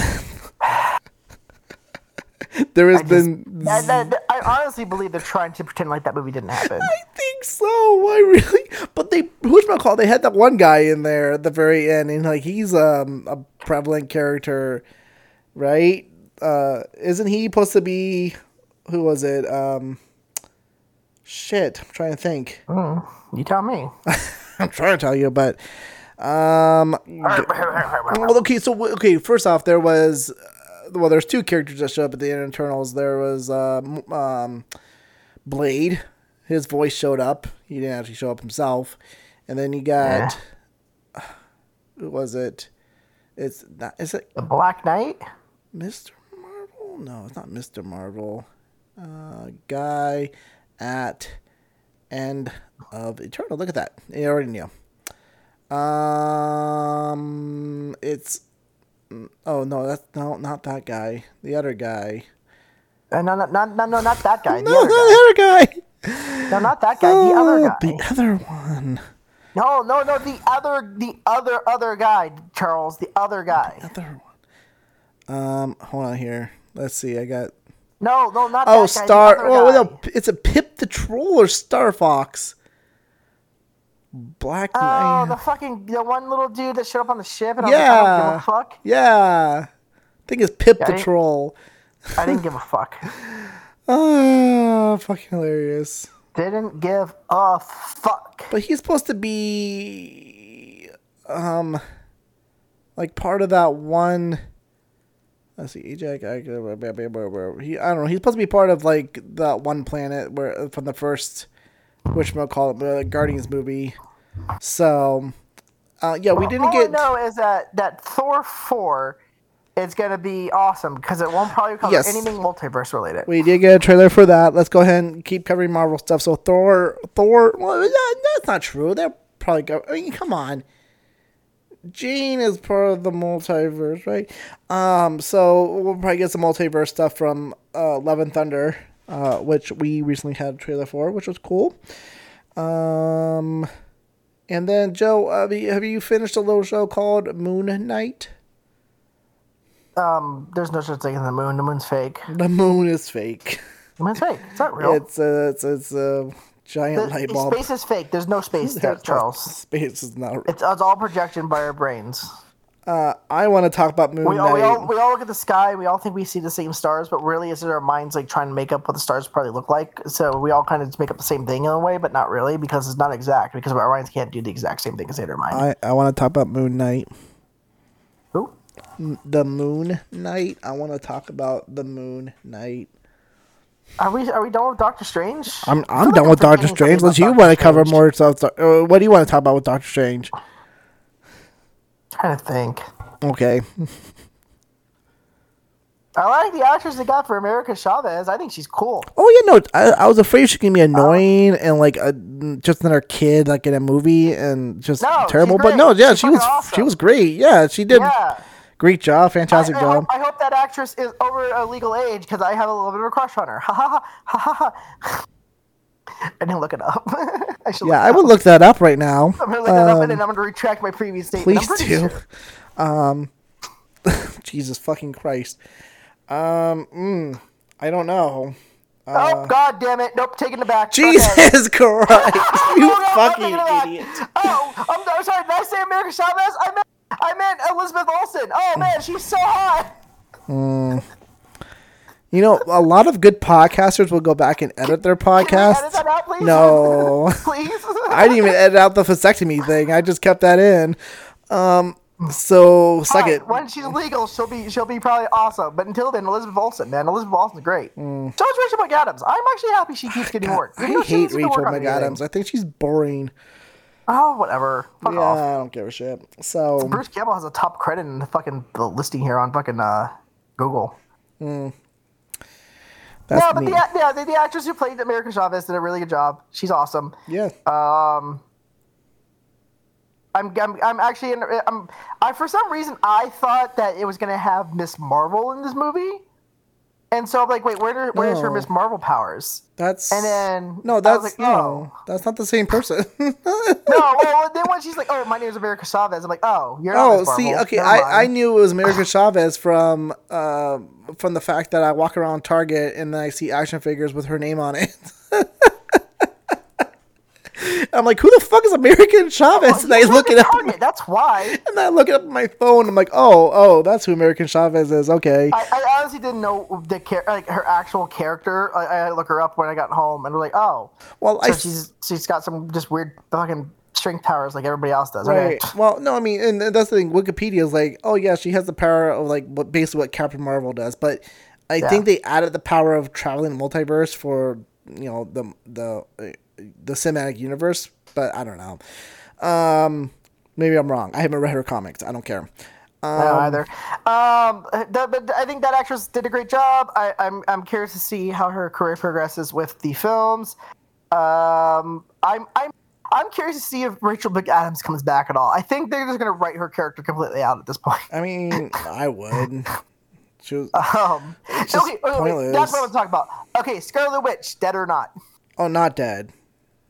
there has been
I, that- I honestly believe they're trying to pretend like that movie didn't happen.
I think so. I really, but they who's my call? They had that one guy in there at the very end, and like he's um a prevalent character, right? Uh, isn't he supposed to be? Who was it? Um, shit, I'm trying to think.
You tell me.
I'm trying to tell you, but um, well, okay. So w- okay, first off, there was uh, well, there's two characters that showed up at the end of Eternals. There was uh, m- um, Blade. His voice showed up. He didn't actually show up himself. And then you got who was it? It's not. Is it
the Black Knight.
Mr. Marvel? No, it's not Mr. Marvel. Uh, guy at end of Eternal. Look at that. You already knew. Um, it's. mm, Oh no, that's no, not that guy. The other guy.
Uh, no, no, no, no, no, not that guy. The
No,
other guy.
no, the other guy.
No, not that guy. The other
Oh,
guy.
The other one.
No, no, no. The other, the other, other guy. Charles, the other guy.
Other one. Um, hold on here. Let's see. I got.
No, no, not
Oh,
that guy. the
Star.
other
Oh,
guy.
no, it's a Pip the Troll or Star Fox. Black Knight.
Oh, the fucking the one little dude that showed up on the ship, and I was
yeah.
like, I don't give a fuck.
Yeah. I think it's Pip the
Right?
Troll.
I didn't give a fuck.
Ah, fucking hilarious.
Didn't give a fuck.
But he's supposed to be, um, like part of that one. Let's see, Ajax. He, I don't know. He's supposed to be part of like that one planet where from the first, which we'll call it uh, Guardians movie. So, uh, yeah, we didn't
All
get.
I know is that that Thor four is gonna be awesome because it won't probably cover
Yes.
anything multiverse related.
We did get a trailer for that. Let's go ahead and keep covering Marvel stuff. So Thor, Thor. Well, that- that's not true. They're probably go. I mean, come on. Jean is part of the multiverse, right? Um, so we'll probably get some multiverse stuff from uh, Love and Thunder, uh, which we recently had a trailer for, which was cool. Um, and then Joe, uh, have you, have you finished a little show called Moon Knight?
Um, there's no such thing as the moon. The moon's fake.
The moon is fake.
The moon's fake. It's not real.
It's a it's, it's a giant
The-
light
the
bulb.
Space is fake. There's no space there,
That's-
Charles.
Space is not.
It's, it's all projection by our brains.
Uh, I want to talk about Moon
We all, we, all,
Knight.
we all look at the sky. We all think we see the same stars, but really, it's in our minds like trying to make up what the stars probably look like. So we all kind of just make up the same thing in a way, but not really because it's not exact. Because our minds can't do the exact same thing as their mind.
I, I want to talk about Moon Knight.
Ooh.
The Moon Knight. I want to talk about the Moon Knight.
Are we are we done with Doctor Strange?
I'm
I
I'm
feel
done
like
with
I'm
Doctor
forgetting
Strange.
something
Unless you
about
want to
Doctor
cover
Strange.
more stuff. Uh, what do you want to talk about with Doctor Strange?
trying to think.
Okay.
I like the actress they got for America Chavez. I think she's cool.
Oh yeah, no, I, I was afraid she was gonna be annoying and like a, just another kid like in a movie and just
No, she's
terrible. But
great.
no, yeah,
She's
she was
fucking awesome.
she was great. Yeah, she did
Yeah.
great job, fantastic
I, I
job.
hope, I hope that actress is over a legal age because I have a little bit of a crush on her. Ha ha ha ha ha. ha. I didn't look it up. I should
yeah,
look it
I would look that up right now.
I'm gonna look that up
Um,
and then I'm gonna retract my previous
please
statement. I'm pretty
do.
sure.
Um, Jesus fucking Christ. Um, mm, I don't know.
oh god damn it! Nope, taking it back. Fuck
Uh, Jesus
it.
Christ, you
Oh, no, I'm
fucking
taking it back.
idiot.
Oh, I'm, I'm sorry. Did I say America Chavez? I meant I meant Elizabeth Olsen. Oh man, she's so hot.
You know, a lot of good podcasters will go back and edit their
Can we edit
podcasts.
that out, please?
No.
please.
I didn't even edit out the vasectomy thing. I just kept that in. Um, so suck it.
Alright, When she's legal, she'll be she'll be probably awesome. But until then, Elizabeth Olsen, man, Elizabeth Olsen's great. So is Rachel McAdams. I'm actually happy she keeps getting work.
Hmm. I
Even though she
hate
needs to
Rachel
work on
McAdams.
anything.
I think she's boring.
Oh, whatever. Fuck
yeah,
off.
I don't give a shit. So
Bruce Campbell has a top credit in the fucking the listing here on fucking uh, Google.
that's
no, but
me.
the, act- yeah, the the actress who played America Chavez did a really good job. She's awesome.
yeah.
I'm, I'm, I'm actually in, I'm, I for some reason I thought that it was gonna have Miss Marvel in this movie, and so I'm like, wait, where do, where's her
No.
Miss Marvel powers?
that's
and then I
no,
was
that's
like, oh.
you know, that's not the same person.
No, well, then when she's like, oh, my name is America Chavez, I'm like, oh, you're not
oh,
Miss
see,
Marvel.
okay,
Never
I, I
mind."
knew it was America Chavez from uh, from the fact that I walk around Target and then I see action figures with her name on it. I'm like, who the fuck is American Chavez? and I
You're
look
not
it up,
Oh, Target, That's why.
and I look it up on my phone. I'm like, oh, oh, that's who American Chavez is. Okay,
I, I honestly didn't know the char- like her actual character. I, I had to look her up when I got home, and I'm like, oh,
well,
so
I
she's she's got some just weird fucking strength powers like everybody else does.
Right.
Okay.
Well, no, I mean, and and that's the thing. Wikipedia is like, oh yeah, she has the power of like what basically what Captain Marvel does, but I
Yeah.
think they added the power of traveling the multiverse for you know the the uh, the cinematic universe, but I don't know. Um, maybe I'm wrong. I haven't read her comics. I don't care. Uh,
I don't know either. Um, that, but I think that actress did a great job. I, I'm I'm curious to see how her career progresses with the films. Um, I'm I'm I'm curious to see if Rachel McAdams comes back at all. I think they're just gonna write her character completely out at this point.
I mean, I would. She was,
Um,
just
okay, okay, wait, that's what I
pointless.
want to talk about. Okay, Scarlet Witch, dead or not?
oh, not dead.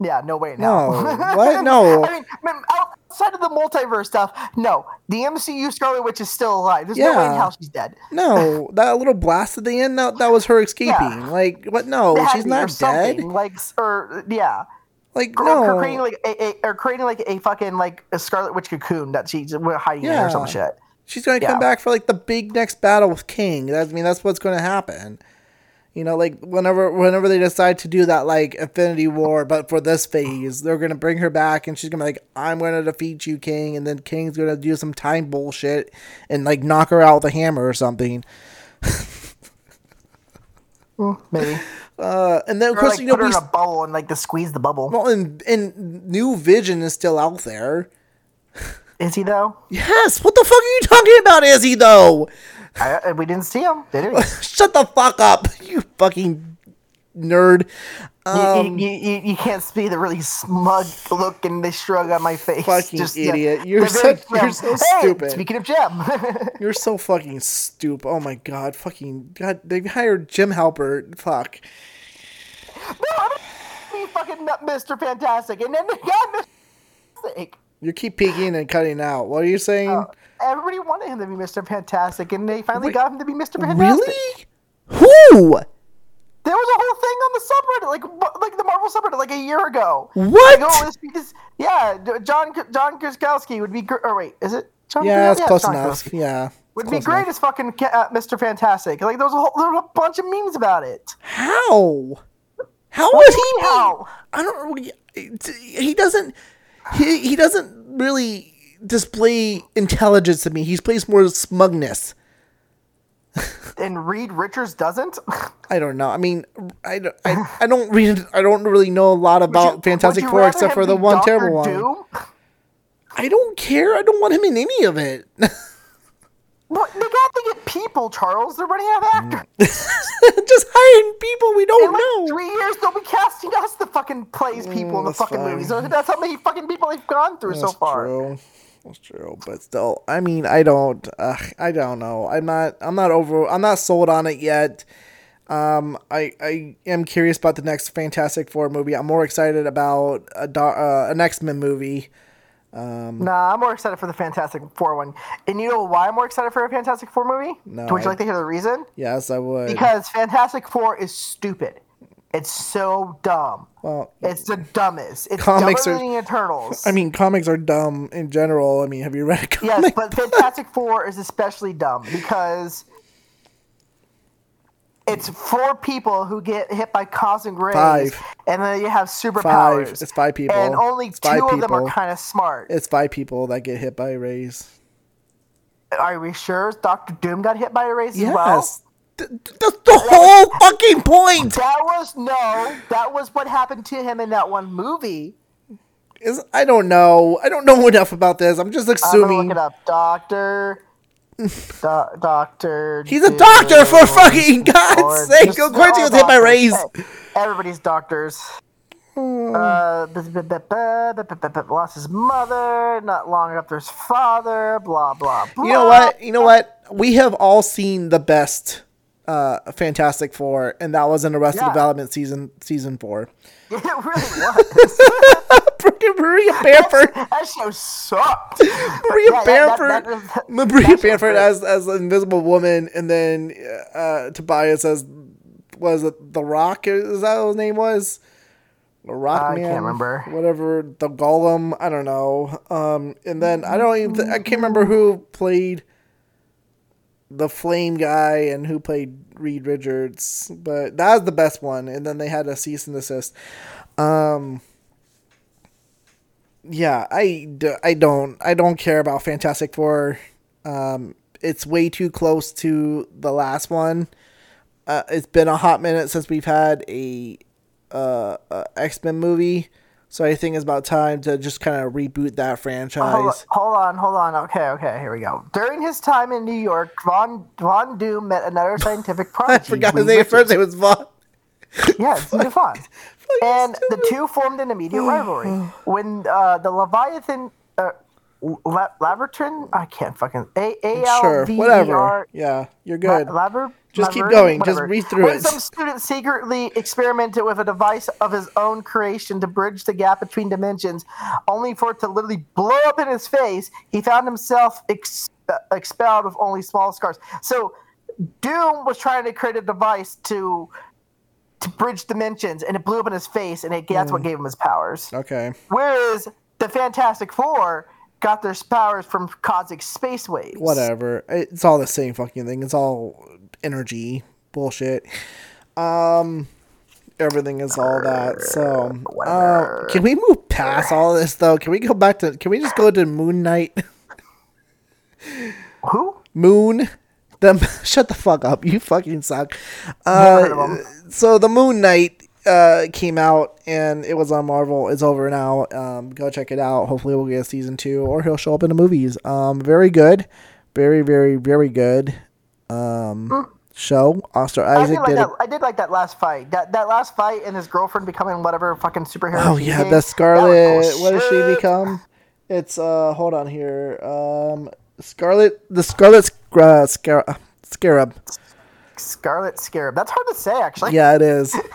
Yeah, no way
No,
now.
what? No.
I mean, man, outside of the multiverse stuff, no. The MCU Scarlet Witch is still alive. There's no way in
Yeah.
hell she's dead.
No, that little blast at the end, no, that was her escaping. Like, what?
It
No,
had to
she's
be, or
not dead.
something, Like, s- or yeah,
Like,
Or-
no.
or creating like a, a or creating like a fucking like a Scarlet Witch cocoon that she's uh, hiding in
Yeah.
or some shit.
She's going to come
Yeah.
back for like the big next battle with King. That's, I mean, that's what's going to happen. You know, like whenever whenever they decide to do that like Infinity War, but for this phase, they're going to bring her back and she's going to be like, "I'm going to defeat you, King," and then King's going to do some time bullshit and like knock her out with a hammer or something.
Maybe.
Uh, and then of
Or
course
like
you know
put her
we
in a bubble and like to squeeze the bubble.
well, and, and New Vision is still out there.
is he though?
Yes, what the fuck are you talking about, Izzy? Though,
I, I- we didn't see him, did we?
shut the fuck up, you fucking nerd.
You-
Um,
you, you, you, you can't see the really smug look and the shrug on my face.
Fucking
the-
idiot. You're
the very
so- you're
gem.
so
Hey,
stupid.
Speaking of Gem,
You're so fucking stupid. Oh my god, fucking god! They hired Jim Halpert. Fuck.
he fucking met Mr. Fantastic, and then they got Mr. Fantastic.
You keep peeking and cutting out. What are you saying?
Oh, Everybody wanted him to be Mr. Fantastic, and they finally
Wait,
got him to be Mr. Fantastic.
really? Who?
There was a whole thing on the subreddit, like bu- like the Marvel subreddit, like a year ago.
What?
Like, oh, this, this, yeah, John John Krasinski would be. gr- Or wait, is it? John
yeah,
Favreau?
it's close
John
enough.
Favreau.
Yeah.
Would be
Close
great
enough.
as fucking Ca- uh, Mr. Fantastic. Like there was a whole there was a bunch of memes about it.
How? How would he? be-
How?
I don't. He doesn't. He he doesn't really display intelligence to me. He plays more smugness.
And Reed Richards doesn't.
I don't know. I mean, I, don't- I, I don't read. I don't really know a lot about Fantastic
Would you
Four
rather
except
him
for the
be
one
Dr.
terrible one.
Doom?
I don't care. I don't want him in any of it.
What they got to get people, Charles. They're running out of
Mm.
actors.
Just hiring people we
In
don't
like
know.
three years, they'll be casting us to fucking plays people in the
Mm, that's
fucking
fine.
movies. So That's how many fucking people they've gone through so far.
True. That's true. But still, I mean, I don't. Uh, I don't know. I'm not. I'm not over. I'm not sold on it yet. Um, I I am curious about the next Fantastic Four movie. I'm more excited about a do- uh, an X Men movie.
Nah, I'm more excited for the Fantastic Four one. And you know why I'm more excited for a Fantastic Four movie?
No,
Would you
I-
like to hear the reason?
Yes, I would.
Because Fantastic Four is stupid. It's so dumb.
well,
It's the dumbest. It's
Comics
dumber
are-
than the Eternals.
I mean, comics are dumb in general. I mean, have you read a comic?
yes, but Fantastic Four is especially dumb because it's four people who get hit by cosmic rays,
Five.
and then you have
five.
superpowers.
It's five people.
and only
It's
two
five
of them are
people.
kind of smart.
It's five people that get hit by rays.
Are we sure Doctor Doom got hit by a rays as well?
Yes. Th- th- that's the whole fucking point.
That was no. That was what happened to him in that one movie.
Is I don't know. I don't know enough about this. I'm just
I'm gonna look
assuming
it up. Doctor. Do- doctor.
he's a doctor
Doom.
for fucking
Lord.
God's sake.
Just-
Of course he
they're
was
all
hit by
doctors.
rays. Hmm.
Hey, everybody's doctors. Uh, b- b- b- b- b- b- b- lost his mother. Not long after his father. Blah blah. blah.
You know what? You know what? We have all seen the best uh Fantastic Four, and that was in Arrested
Yeah.
Development season season four.
It really was.
Freaking Maria Bamford.
that show sucked.
Maria
Yeah, that-
Bamford,
that- that-
Maria
that's
Bamford
what-
as as the Invisible Woman, and then uh, uh, Tobias as was it The Rock? Is that what his name was? The Rock
I
Man,
can't remember.
Whatever the Golem, I don't know. Um, and then I don't even th- I can't remember who played the Flame guy and who played Reed Richards, but that was the best one. And then they had a cease and desist. Um, yeah, I, d- I don't I don't care about Fantastic Four. Um, it's way too close to the last one. Uh, it's been a hot minute since we've had a, uh, uh X Men movie, so I think it's about time to just kind of reboot that
Hold,
franchise.
hold on, hold on. Okay, okay, here we go. During his time in New York, Von Von Doom met another scientific
I
prodigy.
forgot his
Reed
name. at First
Richards.
name was Vaughn.
Yeah, it's Von. And the two formed an immediate rivalry. When uh, the Leviathan, uh, La- Laverton, I can't fucking A A
Sure,
L V E
whatever.
R.
Yeah, you're
La-
good.
Laver-
Just keep
Laverin?
going. Just read through
When
it.
Some student secretly experimented with a device of his own creation to bridge the gap between dimensions, only for it to literally blow up in his face. He found himself ex- uh, expelled with only small scars. So, Doom was trying to create a device to to bridge dimensions, and it blew up in his face, and it, that's what
Hmm.
gave him his powers.
Okay.
Whereas the Fantastic Four got their powers from cosmic space waves.
whatever. It's all the same fucking thing. It's all energy bullshit. Um, everything is all that. So, um, can we move past all this though? Can we go back to? Can we just go to Moon Knight?
Who?
Moon. The shut the fuck up. You fucking suck.
heard of
Uh, so the Moon Knight uh came out and it was on Marvel. It's over now. Um, go check it out. Hopefully we'll get a season two or he'll show up in the movies. Um, very good. Very very very good. Um, show. Oscar
Hmm. I
Isaac
did, like
did.
that,
it.
I did like that last fight. That that last fight and his girlfriend becoming whatever fucking superhero.
Oh
she
yeah,
became,
the
that was
Scarlet.
cool
What does she
shit.
become? It's uh, hold on here. Um, Scarlet. The Scarlet Sc- uh, Scar- uh, Scarab.
Scarlet Scarab. That's hard to say, actually.
Yeah, it is.
That's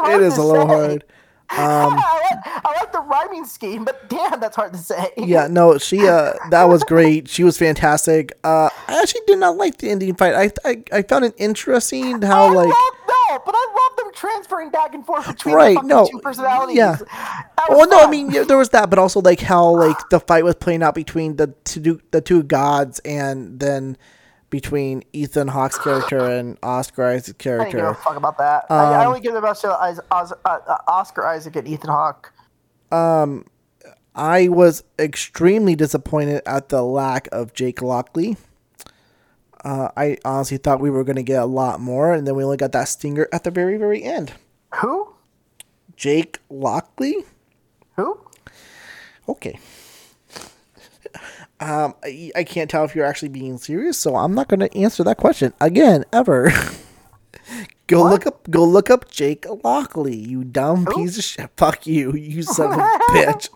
hard
it is
to
a little
say.
hard. Um,
I, like, I like the rhyming scheme, but damn, that's hard to say.
Yeah, no, she uh that was great. She was fantastic. Uh I actually did not like the Indian fight. I I, I found it interesting
I
how like
love, no, but I love them transferring back and forth between
Right,
the fucking
no,
two personalities.
yeah.
That was
Well, no, I
fun.
mean yeah, there was that, but also like how like the fight was playing out between the two the two gods, and then between Ethan Hawke's character and Oscar Um, Isaac's
I didn't give a
character.
fuck about that. I, I only give the best to Is- Os- uh, uh, Oscar Isaac and Ethan Hawke.
I was extremely disappointed at the lack of Jake Lockley. Uh, I honestly thought we were going to get a lot more, and then we only got that stinger at the very very end.
Who?
Jake Lockley.
Who?
Okay. Um, I, I can't tell if you're actually being serious, so I'm not going to answer that question again ever. go look up, go look up Jake Lockley. You dumb piece of shit. Fuck you, you son of a bitch.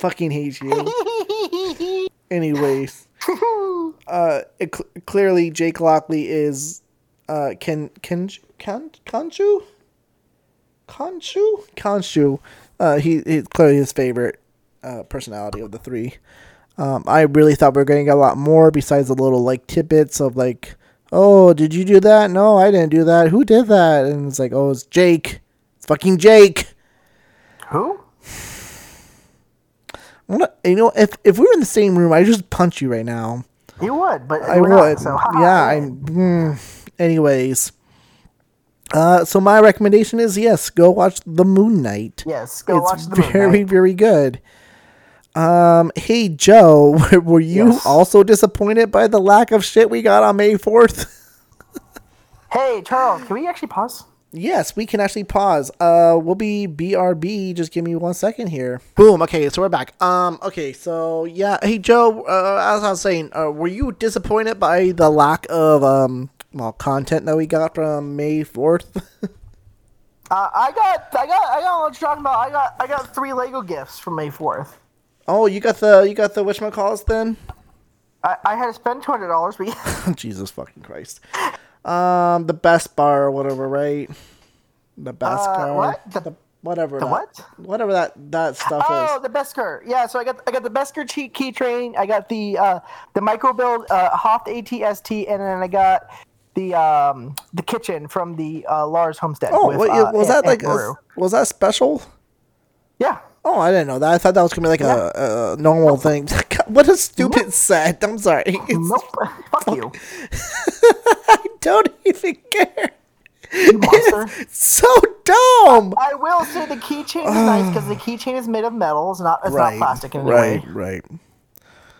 Fucking hate you. Anyways, uh, it, cl- clearly Jake Lockley is uh Ken Ken Ken Kanchu, Kanchu, Kanchu. Uh, he he's clearly his favorite uh personality of the three. Um, I really thought we were getting a lot more besides the little like tidbits of like, oh, did you do that? No, I didn't do that. Who did that? And it's like, oh, it's Jake. It's fucking Jake.
Who?
I'm gonna- you know, if if we were in the same room, I'd just punch you right now.
You would, but
I
we're
would.
not, so, haha,
yeah.
I
I. Mm, anyways, uh, so my recommendation is yes, go watch The Moon Knight.
Yes, go
it's
watch the movie.
very very good. Um, hey Joe, were you
Yes.
also disappointed by the lack of shit we got on May fourth?
Hey, Charles, can we actually pause?
yes, we can actually pause. Uh, we'll be brb. Just give me one second here. Boom. Okay, so we're back. Um, okay, so yeah. Hey Joe, uh, as I was saying, uh, were you disappointed by the lack of um, well, content that we got from May fourth?
Uh, I got, I got, I got what you're talking about. I got, I got three Lego gifts from May 4th.
oh, you got the you got the whatchamacallit then.
I, I had to spend two hundred dollars, but yeah,
Jesus fucking Christ. Um, the best bar or whatever, right? The best
Uh,
bar.
what? The-
whatever.
the
that,
what?
Whatever that that stuff
oh,
is.
the Besker. Yeah, so I got, I got the Besker key, key train. I got the, uh, the micro build uh, Hoft ATST, and then I got the, um, the kitchen from the uh, Lars Homestead.
Oh,
with,
what,
uh,
was
Aunt-
that like?
Aunt
A,
Maru.
was that special?
yeah.
Oh, I didn't know that. I thought that was gonna be like a, a normal thing. God, what a stupid set. I'm sorry. It's,
Nope. Fuck you,
I don't even care.
you monster.
It's so dumb.
I will say the keychain is nice because the keychain is made of metal. It's not, it's not plastic in any
right,
way.
right.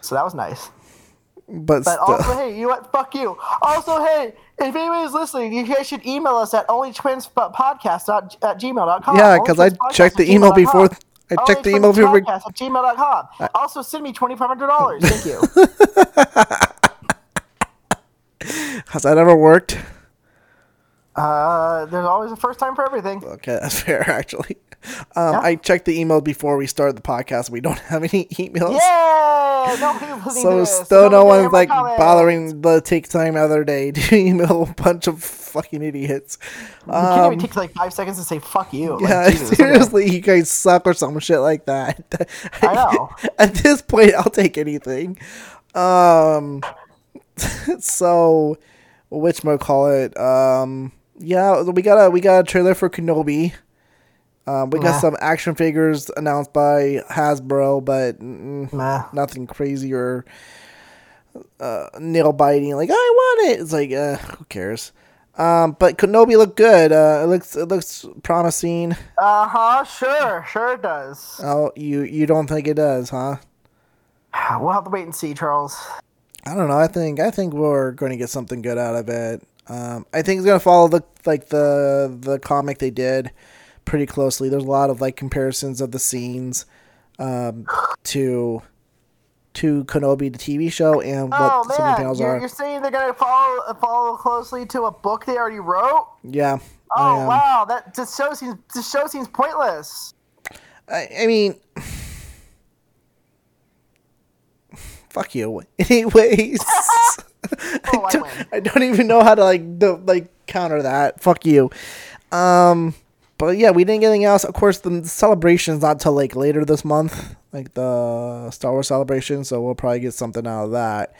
So that was nice.
But,
But
still,
also, hey, you know what? Fuck you. Also, hey, if anybody's listening, you guys should email us at onlytwinspodcast at gmail.com.
Yeah, 'cause I checked the email before- I checked the email before-
Podcast at gmail.com. Also, send me $2,500. Thank you.
has that ever worked?
uh, there's always a first time for everything.
Okay, that's fair actually. Um,
Yeah.
I checked the email before we started the podcast. We don't have any emails,
Yeah! Nobody listening to
so
this.
still no
Nobody heard
one's
my
like
comments.
bothering the take time out of their day to email a bunch of fucking idiots.
You
Uh,
can't even take like five seconds to say fuck you. Like,
yeah,
Jesus, okay.
seriously, you guys suck or some shit like that.
I know.
At this point, I'll take anything. Um, so which call it? Um, yeah, we got a we got a trailer for Kenobi. Um, we got
Nah.
some action figures announced by Hasbro, but mm,
Meh.
nothing crazy or uh, nail biting. Like I want it. It's like uh, who cares? Um, but Kenobi looked good. Uh, it looks it looks promising.
Uh huh. Sure. Sure it does.
Oh, you you don't think it does, huh?
We'll have to wait and see, Charles.
I don't know. I think I think we're going to get something good out of it. Um, I think it's going to follow the like the the comic they did pretty closely. There's a lot of like comparisons of the scenes um, to to Kenobi the TV show and what
Oh
the singing
man,
panels
you're,
are.
you're saying they're gonna follow follow closely to a book they already wrote?
Yeah. I,
Oh
um,
wow, that this show seems this show seems pointless.
I, I mean, fuck you. Anyways,
Oh,
I,
I
don't,
win.
I don't even know how to like do, like counter that. Fuck you. Um, but yeah, we didn't get anything else. Of course, the celebration's not till like later this month, like the Star Wars celebration. So we'll probably get something out of that.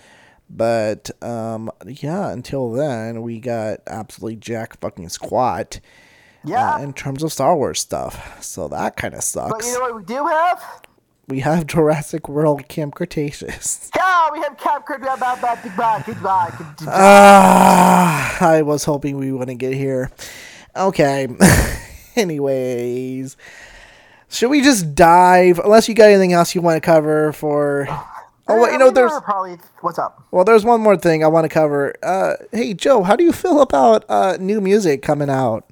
But um, yeah, until then, we got absolutely jack fucking squat.
Yeah.
uh, in terms of Star Wars stuff. So that kind of
but
sucks.
you know what we do have?
we have Jurassic World Camp Cretaceous.
Yeah, we have Cap Crit. Bad, bad, bad, big bad, good bad, good- good-
Ah, I was hoping we wouldn't get here. Okay. Anyways, should we just dive? Unless you got anything else you want to cover for. Oh, well, you know,
We
there's
were probably what's up.
well, there's one more thing I want to cover. Uh, hey, Joe, how do you feel about uh, new music coming out?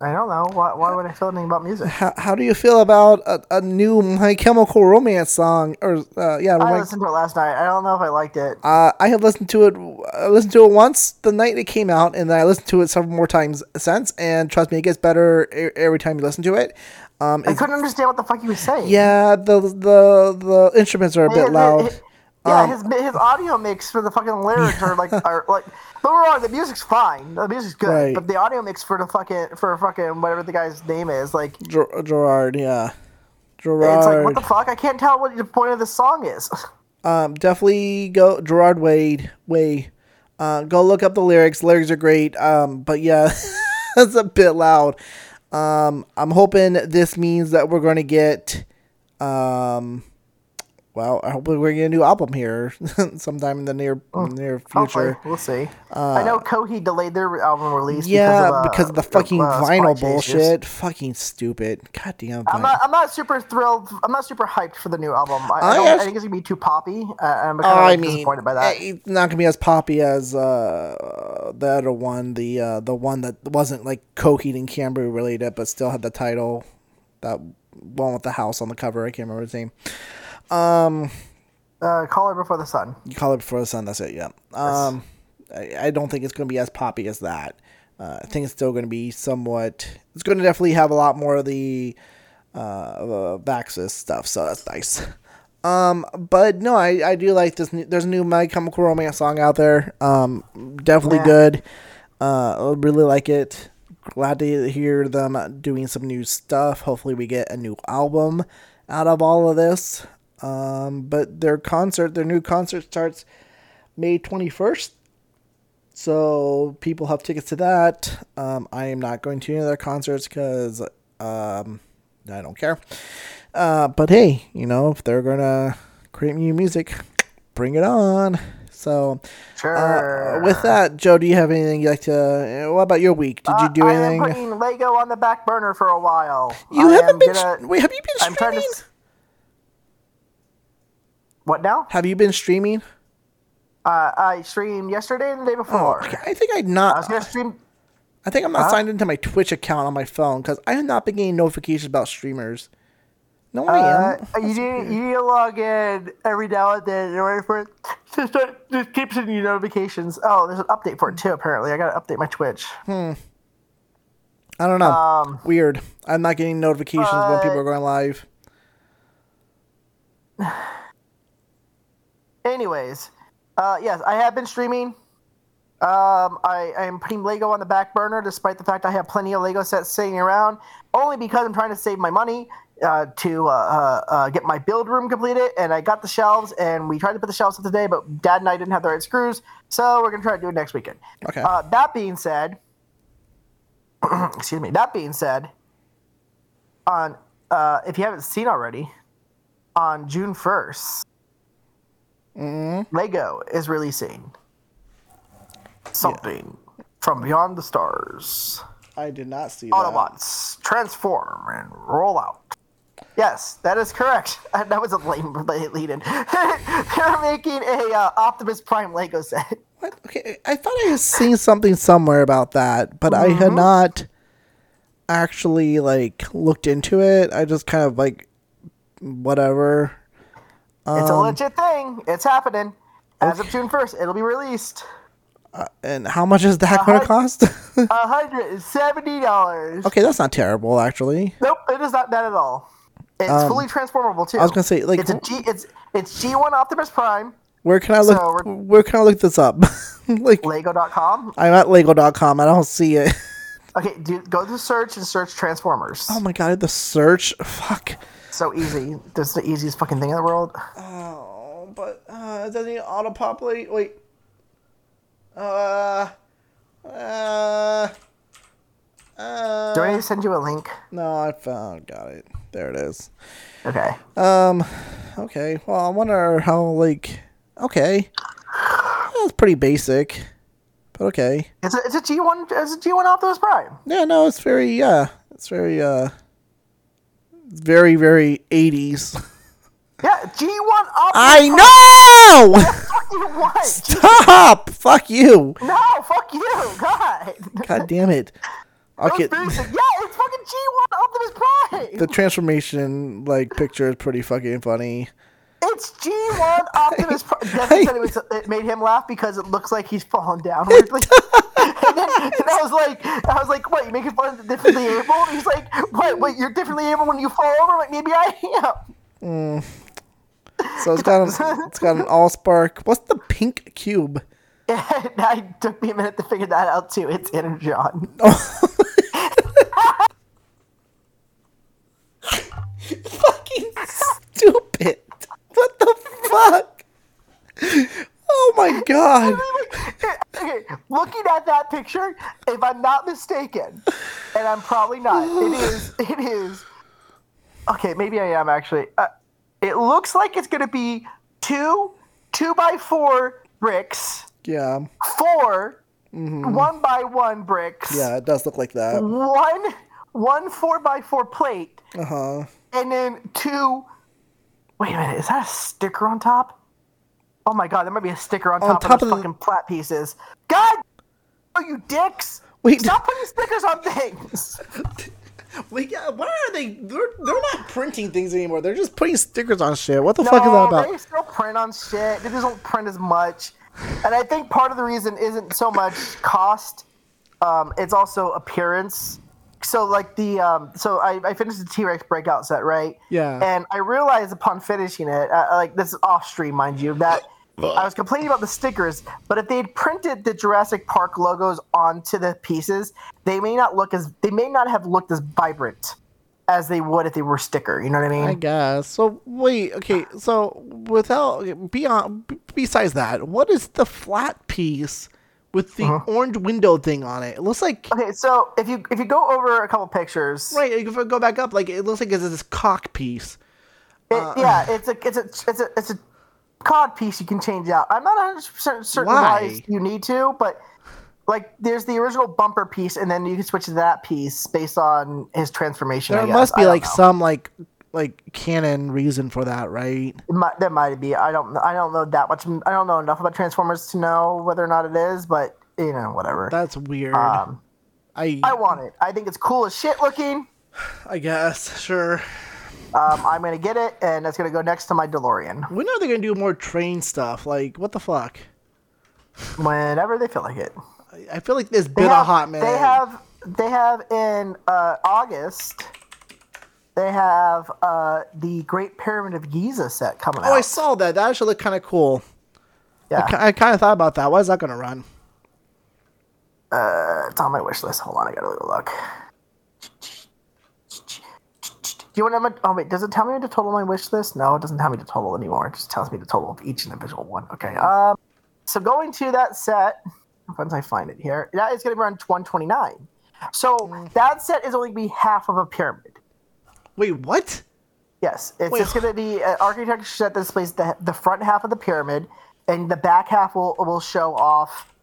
I don't know. Why, why would I feel anything about music?
How, how do you feel about a, a new My Chemical Romance song? Or uh, yeah,
I
My-
listened to it last night. I don't know if I liked it.
Uh, I had listened to it. I listened to it once the night it came out, and then I listened to it several more times since. And trust me, it gets better e- every time you listen to it. Um,
I
it's-
couldn't understand what the fuck he was saying.
yeah, the the the instruments are a
His-
bit
his-
loud.
yeah,
Um,
his his audio mix for the fucking lyrics are like are like. Don't get me wrong, the music's fine. The music's good,
Right.
but the audio mix for the fucking for fucking whatever the guy's name is, like,
Ger- Gerard, yeah,
it's like what
Gerard.
the fuck? I can't tell what the point of the song is.
um, definitely go Gerard Wade way. Uh, go look up the lyrics. Lyrics are great. Um, but yeah, that's a bit loud. Um, I'm hoping this means that we're going to get, um, well, I hope we're going to get a new album here sometime in the near near
Hopefully,
future.
we'll see. I know Coheed delayed their album release.
Uh, Yeah,
because of, uh,
because of the fucking
uh, supply
vinyl
chain issues.
bullshit. Fucking stupid. Goddamn.
I'm
vinyl.
not, I'm not super thrilled. I'm not super hyped for the new album. I, I,
I
don't,
actu-
I think it's gonna be too poppy. Uh, I'm kind of
Oh, I
like,
mean,
disappointed by that.
eh, It's not gonna be as poppy as uh, the other one, the uh, the one that wasn't like Coheed and Cambria related, but still had the title. That one with the house on the cover. I can't remember his name.
Uh, Caller Before the Sun.
You call it before the sun. That's it. Yeah. Um, I, I don't think it's gonna be as poppy as that. Uh, I think it's still gonna be somewhat. It's gonna definitely have a lot more of the uh, uh Vaxxus stuff. So that's nice. Um, but no, I, I do like this. New, there's a new My Chemical Romance song out there. Um, definitely
Yeah.
good. Uh, I really like it. Glad to hear them doing some new stuff. Hopefully, we get a new album out of all of this. Um, but their concert, their new concert starts May 21st. So people have tickets to that. Um, I am not going to any of their concerts because um, I don't care. Uh, but hey, you know, if they're going to create new music, bring it on. So uh,
Sure.
with that, Joe, do you have anything you'd like to? uh, What about your week? Did you do
Uh, I
anything?
am putting Lego on the back burner for a while.
you
I
haven't
am
been.
gonna-
Wait, have you been
I'm trying
streaming?
to. s- What now?
Have you been streaming?
Uh, I streamed yesterday and the day
Oh,
before.
okay. I think I'd
I
not.
was gonna Uh-huh. stream.
I think I'm not signed into my Twitch account on my phone because I have not been getting notifications about streamers. No, I
Uh,
am.
you need you need to log in every now and then in order for it to start. Just keep sending you notifications. Oh, there's an update for it too. Apparently, I gotta update my Twitch.
I don't know.
um, uh,
Weird. I'm not getting notifications when people
but-
are going live.
Anyways, uh, yes, I have been streaming. Um, I, I am putting Lego on the back burner, despite the fact I have plenty of Lego sets sitting around, only because I'm trying to save my money uh, to uh, uh, uh, get my build room completed. And I got the shelves, and we tried to put the shelves up today, but Dad and I didn't have the right screws, so we're gonna try to do it next weekend.
Okay.
Uh, that being said, excuse me. That being said, on uh, if you haven't seen already, on June first, Lego is releasing something from beyond the stars.
I did not see
Autobots transform and roll out. Yes, that is correct. That was a lame lead in. They're making a uh, Optimus Prime Lego set.
that. What? Okay. I thought I had seen something somewhere about that, but I
Uh-huh.
had not actually like looked into it. I just kind of like whatever.
It's
Um,
a legit thing. It's happening. As of June first, it'll be released.
And how much is that going to
hun-
cost?
hundred and seventy dollars.
okay, that's not terrible actually.
Nope, it is not that at all. It's fully transformable too.
Um, I was gonna say, like,
it's a G. It's it's G one Optimus Prime.
Where can I look?
So we're-
where can I look this up? like
Lego.com.
I'm at Lego.com. I don't see it.
Okay, do, go to search and search Transformers.
Oh my god, the search. Fuck.
So easy. This is the easiest fucking thing in the world.
Oh, but uh, doesn't it auto populate? Wait. Uh, Uh,
Do I need
uh,
to send you a link?
no, I found. Got it. There it is.
Okay.
Um, okay. Well, I wonder how like. Okay. That's pretty basic, but okay.
It's a, it's a G1 it's a G1 Optimus Prime.
Yeah, no, it's very yeah, it's very uh, very very eighties.
Yeah, G1 Optimus
I
Prime.
know.
Fuck you, what?
Stop! Fuck you!
No, fuck you, God.
God damn it!
That
Okay,
was basic. Yeah, it's fucking G1 Optimus Prime.
the transformation like picture is pretty fucking funny.
It's G1 Optimus Prime. Devin said it, was, it made him laugh because it looks like he's falling down. weirdly. and, then, and I was like, I was like, what? You making fun of the differently able? And he's like, what? Wait, you're differently able when you fall over? I'm like maybe I am.
So it's got an, it's got an all spark. What's the pink cube?
And I took me a minute to figure that out too. It's Energon.
Fucking stupid! What the fuck? Oh my god!
okay, looking at that picture, if I'm not mistaken, and I'm probably not, it is. It is. Okay, maybe I am actually. Uh, it looks like it's going to be two two by four bricks,
Yeah,
4 one by one bricks,
yeah, it does look like that.
one one four by four plate,
Uh huh.
and then two. Wait a minute, is that a sticker on top? Oh my god, there might be a sticker on, top,
top
of
of the-
those fucking plat pieces. God, oh you dicks!
Wait.
stop putting stickers on things.
Like, yeah, why are they? They're they're not printing things anymore. They're just putting stickers on shit. What the
no,
fuck is that about?
they still print on shit. They just don't print as much. And I think part of the reason isn't so much cost. Um, it's also appearance. So like the um, so I, I finished the T Rex breakout set right.
Yeah.
And I realized upon finishing it, uh, like this is off stream, mind you, that I was complaining about the stickers. But if they had printed the Jurassic Park logos onto the pieces, they may not look as they may not have looked as vibrant as they would if they were sticker. You know what I mean?
I guess. So wait, okay. So without beyond besides that, what is the flat piece with the
Uh-huh.
orange window thing on it? It looks like
Okay, so if you if you go over a couple pictures,
right. If I go back up, like it looks like it's this cock piece.
it-
Uh,
yeah, it's a it's a it's a it's a cod piece you can change out. I'm not 100 percent certain why?
Why?
you need to, but like there's the original bumper piece, and then you can switch to that piece based on his transformation.
There
I guess.
must
I
be
don't
like
know.
some like like canon reason for that, right?
It might- there might be. I don't I don't know that much. I don't know enough about Transformers to know whether or not it is, but you know whatever.
That's weird.
Um,
I
I want it. I think it's cool as shit looking.
I guess sure.
Um, I'm gonna get it, and it's gonna go next to my DeLorean
When are they gonna do more train stuff? Like what the fuck?
whenever they feel like it.
I- I feel like this bit
have-
of hot man.
They have they have in uh, August. They have uh, the Great Pyramid of Giza set coming out.
Oh, I saw that. That actually looked kind of cool.
yeah,
I ki- I kind of thought about that. Why is that gonna run?
it's on my wish list. Hold on, I gotta look. Do you want to? Oh wait, does it tell me to total my wish list? No, it doesn't tell me to total anymore. It just tells me the total of each individual one. Okay. Um, so going to that set, once I find it here, that is going to be around 129. So
Mm.
that set is only gonna be half of a pyramid.
Wait, what?
Yes, it's
Wait.
just going to be an architecture set that displays the, the front half of the pyramid, and the back half will will show off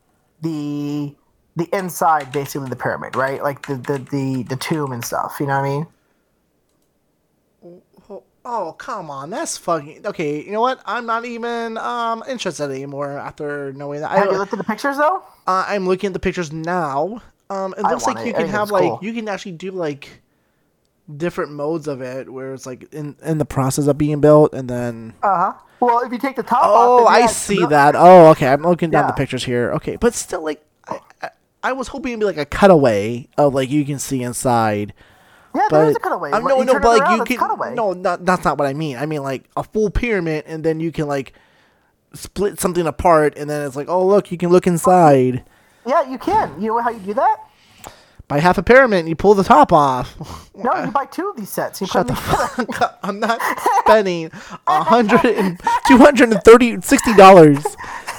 the the inside, basically the pyramid, right? Like the the the, the tomb and stuff. You know what I mean?
Oh, come on. That's fucking okay. You know what? I'm not even um interested anymore after knowing that. I,
Have you
uh,
looked at the pictures though?
I'm looking at the pictures now. Um, it
I
looks
want
like
it.
you
I
can
think
have
it's
like
cool.
you can actually do like different modes of it, where it's like in in the process of being built, and then.
Uh huh. Well, if you take the top off,
Uh-huh. Oh,
then
I
yeah, it's
see
not-
that. Oh, okay. I'm looking down the
Yeah.
pictures here. Okay, but still, like, I, I, I was hoping it'd be like a cutaway of like you can see inside.
Yeah,
But
there is a cutaway.
I'm
When
no,
you
no,
turn it
but like
around,
you
it's
can
cutaway.
no, not, that's not what I mean. I mean like a full pyramid, and then you can like split something apart, and then it's like, oh look, you can look inside
Yeah, you can. You know how you do that?
by half a pyramid, and you pull the top off.
No, you buy two of these sets. You
Shut
put
the
them together.
fuck up! I'm not spending a hundred and two hundred and thirty sixty dollars.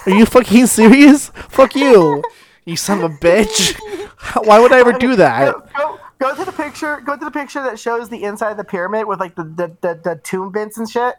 Are you fucking serious? Fuck you! You son of a bitch. How- Why would I ever do that?
Go, go, go to the picture. Go to the picture that shows the inside of the pyramid with like the the, the, the tomb bits and shit.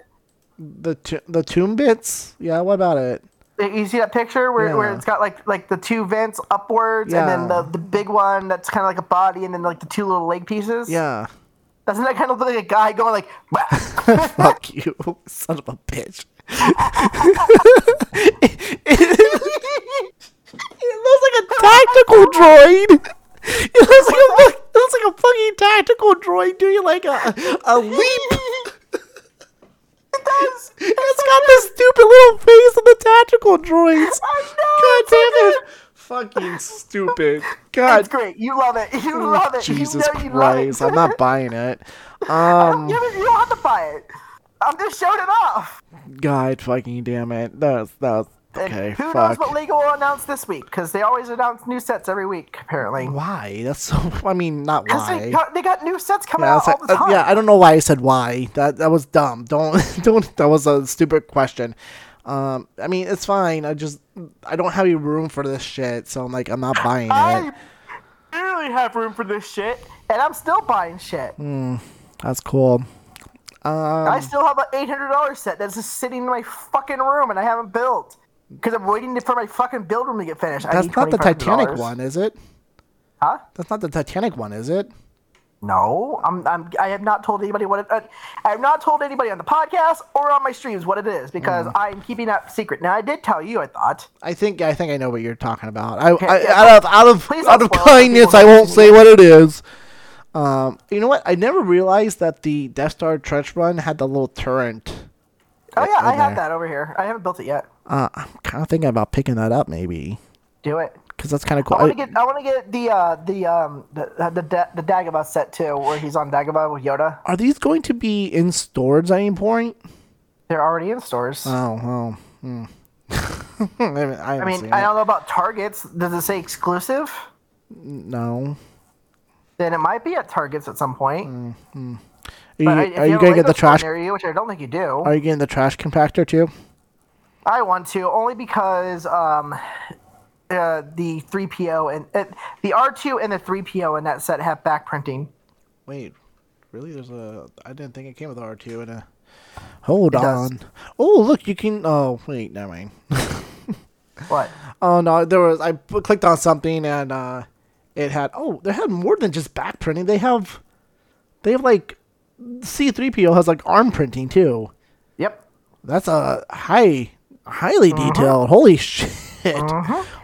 The to- the tomb bits? Yeah, what about it?
You see that picture where, where
Yeah.
it's got like like the two vents upwards and then
Yeah.
the, the big one that's kind of like a body and then like the two little leg pieces.
Yeah.
doesn't that kind of look like a guy going like? "Bah."
Fuck you, son of a bitch. It looks like a tactical droid. It looks like a fuck- it looks like a fucking tactical droid doing like a a leap.
it does.
It's got this stupid little face of the tactical droids. God damn it! Fucking stupid.
It's
God.
great. You love it. You love it.
Oh, Jesus
you know you love it.
Christ! I'm not buying it.
You
Um,
don't- you don't have to buy it. I'm just showing it off.
God, fucking damn it! That's that's
And
okay.
who knows
fuck.
what Lego will announce this week? Because they always announce new sets every week, apparently.
Why? That's so. I mean, not
Because
why.
they got, they got new sets coming
Yeah,
out
it's like-
all the
uh,
time.
yeah, I don't know why I said why. That that was dumb. Don't don't. That was a stupid question. Um, I mean, it's fine. I just I don't have any room for this shit, so I'm like I'm not buying
I
it.
barely have room for this shit, and I'm still buying shit.
That's cool.
I still have an eight hundred dollar set that's just sitting in my fucking room, and I haven't built because I'm waiting for my fucking build room to get finished. I
That's
need
not the Titanic
$2,500.
one, is it?
huh?
That's not the Titanic one, is it?
No, I'm, I'm I have not told anybody what it. Uh, I have not told anybody on the podcast or on my streams what it is
Mm.
because I'm keeping that secret. Now I did tell you, I thought.
I think I think I know what you're talking about. I, I
yeah,
out of out of
please
out
don't
of
spoil it for
kindness,
people
I
that
won't
don't
say what it is. Um, you know what? I never realized that the Death Star trench run had the little turret.
Oh yeah, I
in
have
there.
that over here. I haven't built it yet.
Uh, I'm kind of thinking about picking that up maybe
Do it.
because that's kind of cool.
I want to
I-
get. I want to get the uh, the um the uh, the, Da- the Dagobah set too, where he's on Dagobah with Yoda.
are these going to be in stores at any point?
They're already in stores.
Oh, oh. Hmm. I, haven't- I,
I
haven't
mean,
seen
I
it.
don't know about Targets. Does it say exclusive?
No.
Then it might be at Targets at some point.
Are Mm. you,
But I-
are
if
you
have a
gonna get the
Lego store
trash?
near you, which I don't think you do.
Are you getting the trash compactor too?
I want to only because um, uh, the three PO and uh, the R two and the three PO in that set have back printing.
Wait, really? There's a. I didn't think it came with R two and a. Hold
does.
on. Oh, look, you can. Oh, wait, never mind.
What?
oh no, there was. I p- clicked on something and uh, it had. Oh, they had more than just back printing. They have, they have like, C three PO has like arm printing too.
Yep.
That's a high, highly
Uh-huh.
detailed. Holy shit!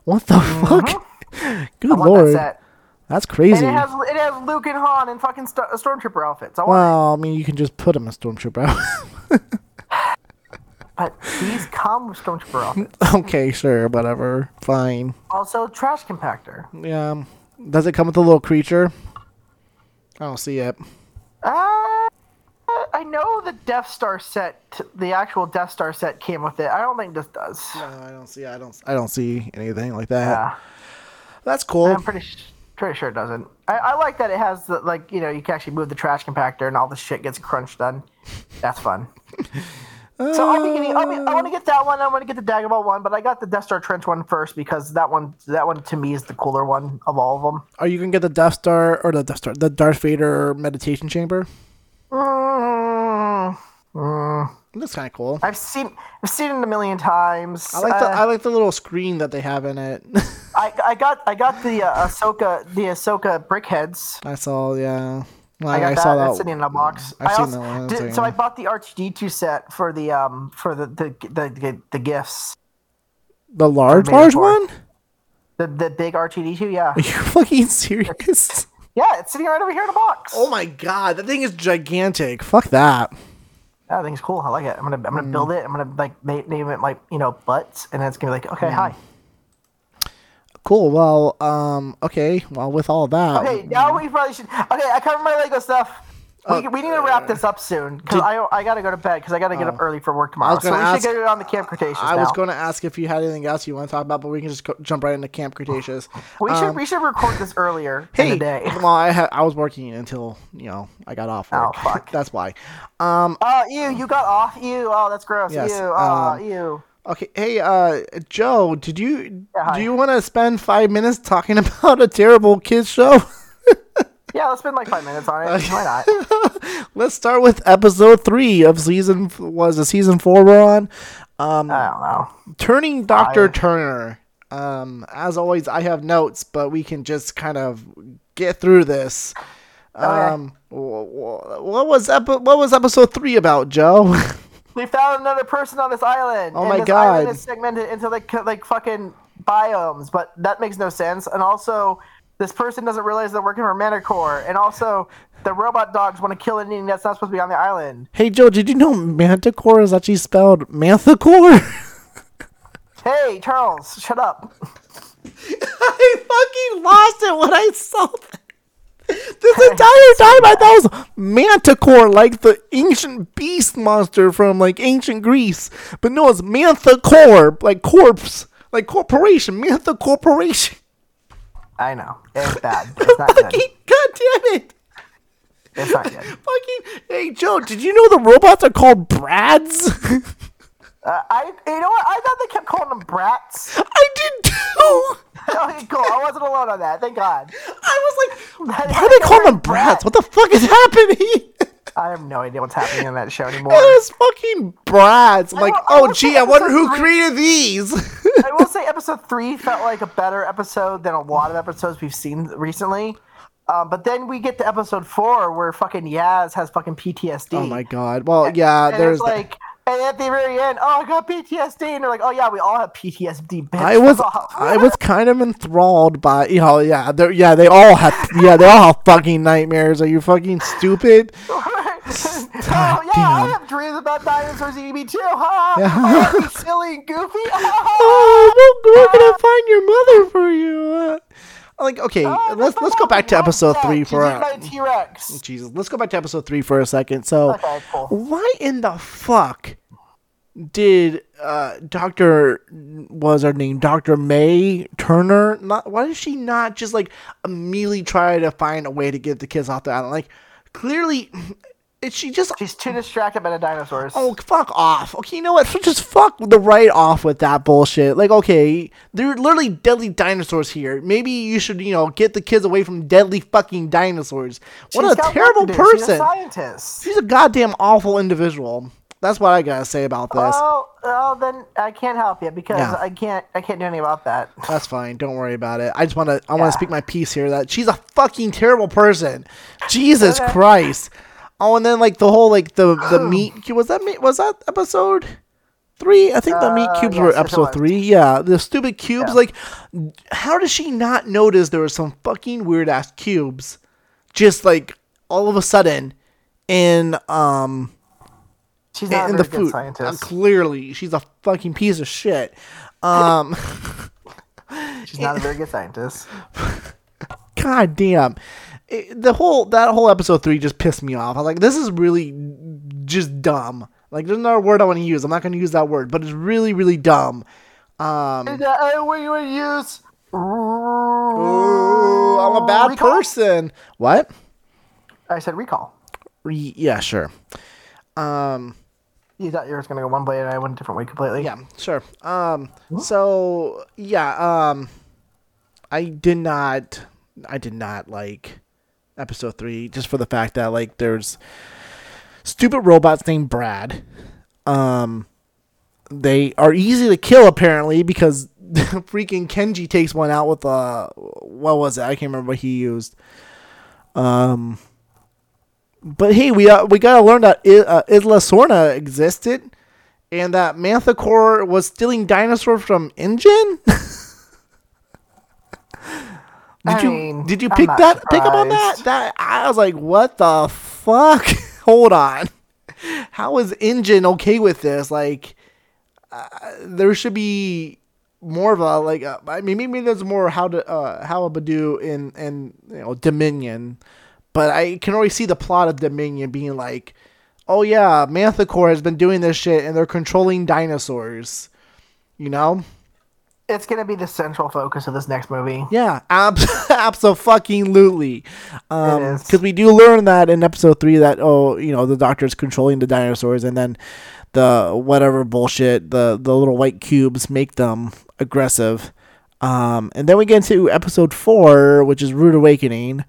What the fuck? Good
Mm-hmm. I want that
lord,
set.
that's crazy.
And it has it has Luke and Han and fucking Star- stormtrooper outfits. I want,
well, I mean, you can just put him in stormtrooper. outfit.
but these come with stormtrooper outfits.
okay, sure, whatever, fine.
Also, trash compactor.
Yeah. um, Does it come with a little creature? I don't see it.
Uh, I know the Death Star set, the actual Death Star set came with it. I don't think this does.
No, I don't see. I don't. I don't see anything like that.
Yeah.
That's cool.
I'm pretty sh- pretty sure it doesn't. I, I like that it has the like you know you can actually move the trash compactor and all the shit gets crunched done. That's fun. So I'm thinking, I, mean, I
Uh.
want to get that one. I want to get the Dagobah one, but I got the Death Star Trench one first because that one that one to me is the cooler one of all of them.
Are you gonna get the Death Star or the Death Star, the Darth Vader meditation chamber?
Mm,
That's kind of cool.
I've seen I've seen it a million times.
I like the
Uh,
I like the little screen that they have in it.
I, I got I got the uh, Ahsoka the Ahsoka brickheads.
I saw, yeah. Like,
I
I,
got that.
saw
That's
that.
sitting in a box.
I've
I
seen
also
that one,
did-
too.
so I bought the R2D2 set for the um for the the the, the, the gifts.
the large,
Amazing
large
part.
one?
The the big R2D2, yeah.
Are you fucking serious?
Yeah, it's sitting right over here in a box.
oh my god, that thing is gigantic. Fuck that.
That thing's cool. I like it. I'm gonna I'm gonna
Mm.
build it. I'm gonna like na- name it like you know butts, and then it's gonna be like okay
Mm.
hi.
Cool. Well, um, okay. Well, with all that,
Okay, now we probably should. Okay, I covered my Lego stuff. We,
Oh.
we need to wrap this up soon because I, I gotta go to bed because I gotta get up early for work tomorrow.
Oh. was
So we
gonna ask-
should get it on the Camp Cretaceous
I
now.
was going to ask if you had anything else you want to talk about, but we can just go, jump right into Camp Cretaceous.
we should
Um,
we should record this earlier in
Hey,
the day.
well, I ha- I was working until you know I got off. Work.
Oh, fuck.
That's why. Um,
Oh, ew, you got off. Ew, oh, that's gross.
Yes,
ew, oh,
um,
ew.
Okay, hey, uh, Joe, did you
Yeah, hi.
do you want to spend five minutes talking about a terrible kids show?
Yeah, let's spend like five minutes on it.
Okay.
Why not?
Let's start with episode three of season f- was it season four we're on. Um,
I don't know.
turning Doctor
Five.
Turner. Um, as always, I have notes, but we can just kind of get through this. Um, wh- wh- what was epi- what was episode three about, Joe?
We found another person on this island.
Oh
and
my
this
God.
Island is segmented into like c- like fucking biomes, but that makes no sense. And also, this person doesn't realize they're working for Manticore. And also, the robot dogs want to kill anything that's not supposed to be on the island.
hey, Joe, did you know Manticore is actually spelled Manticore?
Hey, Charles, shut up.
I fucking lost it when I saw that. This entire time I thought it was Manticore, like the ancient beast monster from like ancient Greece. But no, it's Manticore, like corpse, like corporation, Mantha Corporation.
I know it's bad. It's not good.
Fucking goddamn it!
It's not good.
Fucking hey Joe, did you know the robots are called Brads?
Uh, I you know what? I thought they kept calling them brats.
I did too.
okay, cool. I wasn't alone on that. Thank God.
I was like,
That is
why are they
the
calling
word
them Brads?
brat.
What the fuck is happening?
I have no idea what's happening in that show anymore.
It was fucking brats. I'm
I
like,
wa- I
oh
watched
gee,
the
I wonder
episode
who
three-
created these.
I will say episode three felt like a better episode than a lot of episodes we've seen recently. Um, but then we get to episode four where fucking Yaz has fucking PTSD.
oh my god. Well, yeah,
And
there's.
it's like, and at the very end, oh, I got PTSD, and they're like, oh yeah, we all have PTSD. Bitch. Oh,
I was I was kind of enthralled by you know yeah they yeah they all have yeah they all have fucking nightmares. Are you fucking stupid?
oh yeah, I
Goddamn.
have dreams about dinosaurs eating me too. Huh?
Yeah.
Oh, that'd be silly and goofy.
Oh, we're, we're gonna find your mother for you. Uh, like okay,
Oh,
let's let's go back to episode three for
Did you
a,
know T-Rex.
Jesus. Let's go back to episode three for a second. So,
Okay, cool.
why in the fuck did uh, Doctor was her name Doctor May Turner? Not why did she not just like immediately try to find a way to get the kids off the island? Like clearly, is she just
She's too distracted by the dinosaurs.
Oh, fuck off. Okay, you know what? Just fuck the right off with that bullshit. Like, okay, they're literally deadly dinosaurs here. Maybe you should, you know, get the kids away from deadly fucking dinosaurs. What
She's got
a
work
terrible
to do. She's a
person.
scientist.
She's a goddamn awful individual. That's what I gotta say about this.
Well, well, then I can't help you because
Yeah.
I can't. I can't do anything about that.
That's fine. Don't worry about it. I just wanna I wanna
Yeah.
speak my piece here that she's a fucking terrible person. Jesus
Okay.
Christ. Oh, and then like the whole like the the meat cube was that meat was that episode three? I think the meat
Uh,
cubes
yes,
were
yes, it
episode
was.
three. Yeah, the stupid cubes.
Yeah.
Like, how does she not notice there were some fucking weird ass cubes, just like all of a sudden, in um
She's
in,
not
in
a
the
very good
food. Uh,
scientist.
clearly, she's a fucking piece of shit. Um.
She's not a very good scientist.
god damn It- the whole that whole episode three just pissed me off i was like this is really just dumb like there's another word i want to use i'm not going to use that word but it's really really dumb um
Is that a word you would use?
ooh, i'm a bad
recall?
person what
I said recall.
Re- yeah sure um
You thought you were going to go one way, and I went a different way completely.
yeah sure um so yeah um i did not i did not like episode three just for the fact that like there's stupid robots named brad um they are easy to kill apparently because freaking kenji takes one out with uh what was it i can't remember what he used um but hey we uh, we gotta learn that I- uh, isla sorna existed and that Manticore was stealing dinosaurs from Ingen. did
I
you
mean,
did you
I'm
pick
not
that pick up on that?
surprised.
That I was like, what the fuck? Hold on, how is Ingen okay with this? Like, uh, there should be more of a like. uh, I mean, maybe there's more how to uh, how a Badoo in in you know Dominion, but I can already see the plot of Dominion being like, oh yeah, Manticore has been doing this shit and they're controlling dinosaurs, you know.
it's gonna be the central focus of this next movie.
Yeah, abs- absolutely. Um
is.
'cause because we do learn that in episode three that oh, you know, the doctor's controlling the dinosaurs, and then the whatever bullshit the the little white cubes make them aggressive. Um, and then we get into episode four, which is Rude Awakening.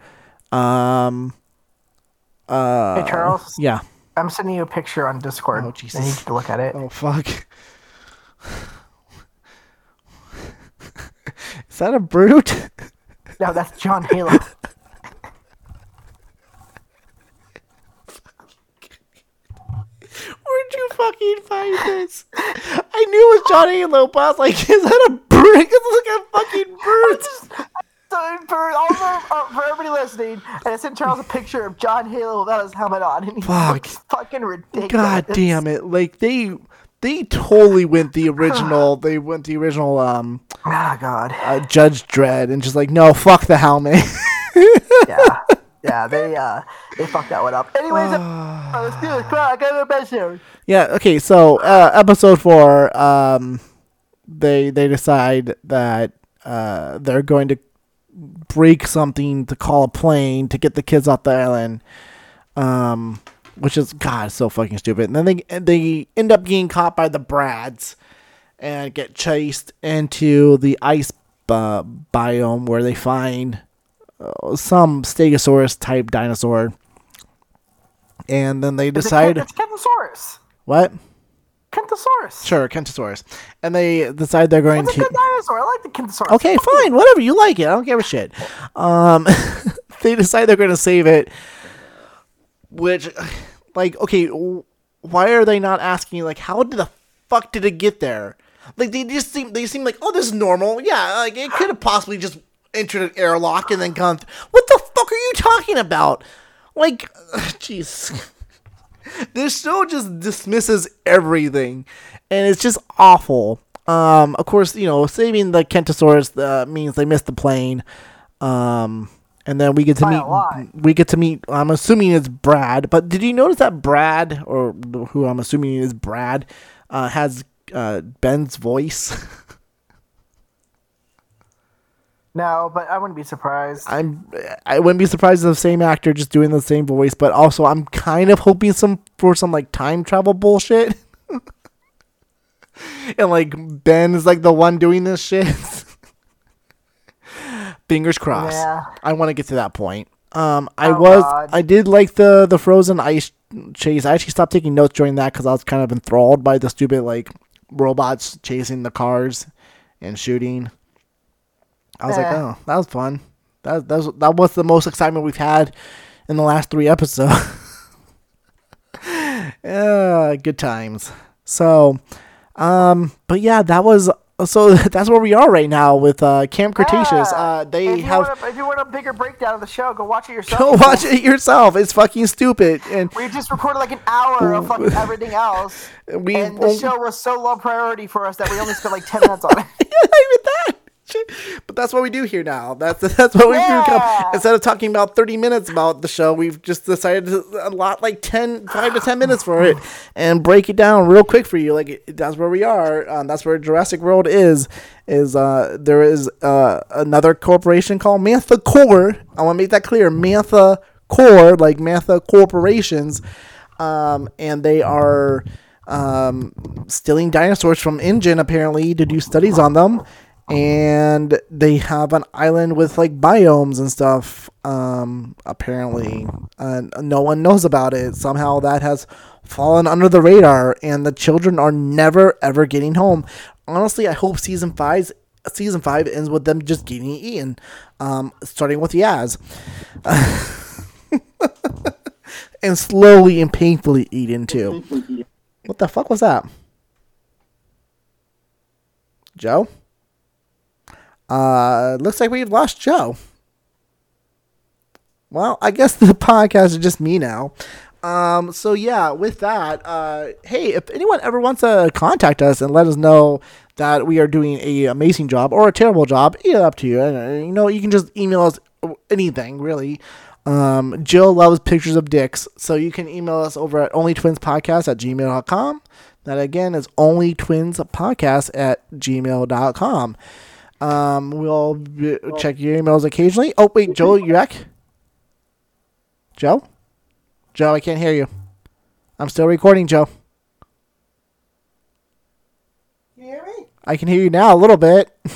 Um,
hey Charles,
Uh, yeah.
I'm sending you a picture on Discord.
Oh, Jesus.
I need you to look at it.
Oh fuck. is that a brute?
No, that's John Halo.
Where'd you fucking find this? I knew it was John Halo, but I was like, is that a bird? It looks like a fucking bird.
so for all the, uh, for everybody listening, and I sent Charles a picture of John Halo without his helmet on, and he
Fuck.
looks fucking ridiculous.
God damn it. Like they they totally went the original they went the original um
Ah, God.
uh, Judge Dredd and just like, no, fuck the helmet.
yeah, yeah, they uh, they fucked that one up. Anyways, uh, let's do this. Come on, I gotta go to bed soon.
yeah, okay, so uh episode four, um they they decide that uh they're going to break something to call a plane to get the kids off the island. um, which is God so fucking stupid. And then they they end up getting caught by the Brads and get chased into the ice uh, biome where they find uh, some Stegosaurus type dinosaur. And then they
It's a
decide
Ken- It's Kentosaurus.
what?
Kentosaurus.
Sure, Kentosaurus. And they decide they're going
It's a
to.
good dinosaur. I like the Kentosaurus.
Okay, fine, whatever you like it. I don't give a shit. Um, they decide they're going to save it, which, like, okay, w- why are they not asking? Like, how did the fuck did it get there? Like, they just seem they seem like, oh, this is normal. Yeah, like it could have possibly just entered an airlock and then gone. Th- what the fuck are you talking about? Like, jeez. this show just dismisses everything and it's just awful um of course you know saving the kentosaurus uh, means they missed the plane um and then we get to
By a lot.
meet we get to meet i'm assuming it's brad but did you notice that brad or who i'm assuming is brad uh, has uh, ben's voice
No, but I wouldn't be surprised.
I'm I wouldn't be surprised if the same actor just doing the same voice, but also I'm kind of hoping some for some like time travel bullshit. and like Ben is like the one doing this shit. Fingers crossed.
Yeah.
I want to get to that point. Um, I
Oh,
was
God.
I did like the the frozen ice chase. I actually stopped taking notes during that because I was kind of enthralled by the stupid like robots chasing the cars and shooting. I was like,
Eh.
oh, that was fun. That that was, that was the most excitement we've had in the last three episodes. yeah, good times. So, um, but yeah, that was so. That's where we are right now with uh, Camp Cretaceous.
Yeah.
Uh,
if
they
you
have
want a, if you want a bigger breakdown of the show, go watch it yourself.
go watch it yourself. It's fucking stupid, and
We just recorded like an hour of fucking everything else,
we
and the
won't-
show was so low priority for us that we only spent like ten minutes on it.
not even that. But that's what we do here now. That's that's what we do.
Yeah.
Come. Instead of talking about thirty minutes about the show, we've just decided to allot like 10, 5 to ten minutes for it, and break it down real quick for you. Like it- that's where we are. Um, that's where Jurassic World is. Is uh there is uh another corporation called Mantha Core. I want to make that clear. Mantha Core, like Mantha Corporations, um, and they are um, stealing dinosaurs from InGen apparently to do studies on them, and they have an island with like biomes and stuff. Um, apparently, uh, no one knows about it. Somehow that has fallen under the radar, and the children are never ever getting home. Honestly, I hope season five's season five ends with them just getting eaten, um, starting with Yaz and slowly and painfully eat into. What the fuck was that? Joe? Uh, looks like we've lost Joe. Well, I guess the podcast is just me now. Um, so yeah, with that, uh, hey, if anyone ever wants to contact us and let us know that we are doing a amazing job or a terrible job, either up to you. And, uh, you know, you can just email us anything really. Um, Jill loves pictures of dicks, so you can email us over at onlytwinspodcast at gmail.com. That again is only twins podcast at gmail.com. Um, we'll b- check your emails occasionally. Oh, wait, Joe, you back? Joe? Joe, I can't hear you. I'm still recording, Joe.
Can you hear me?
I can hear you now a little bit.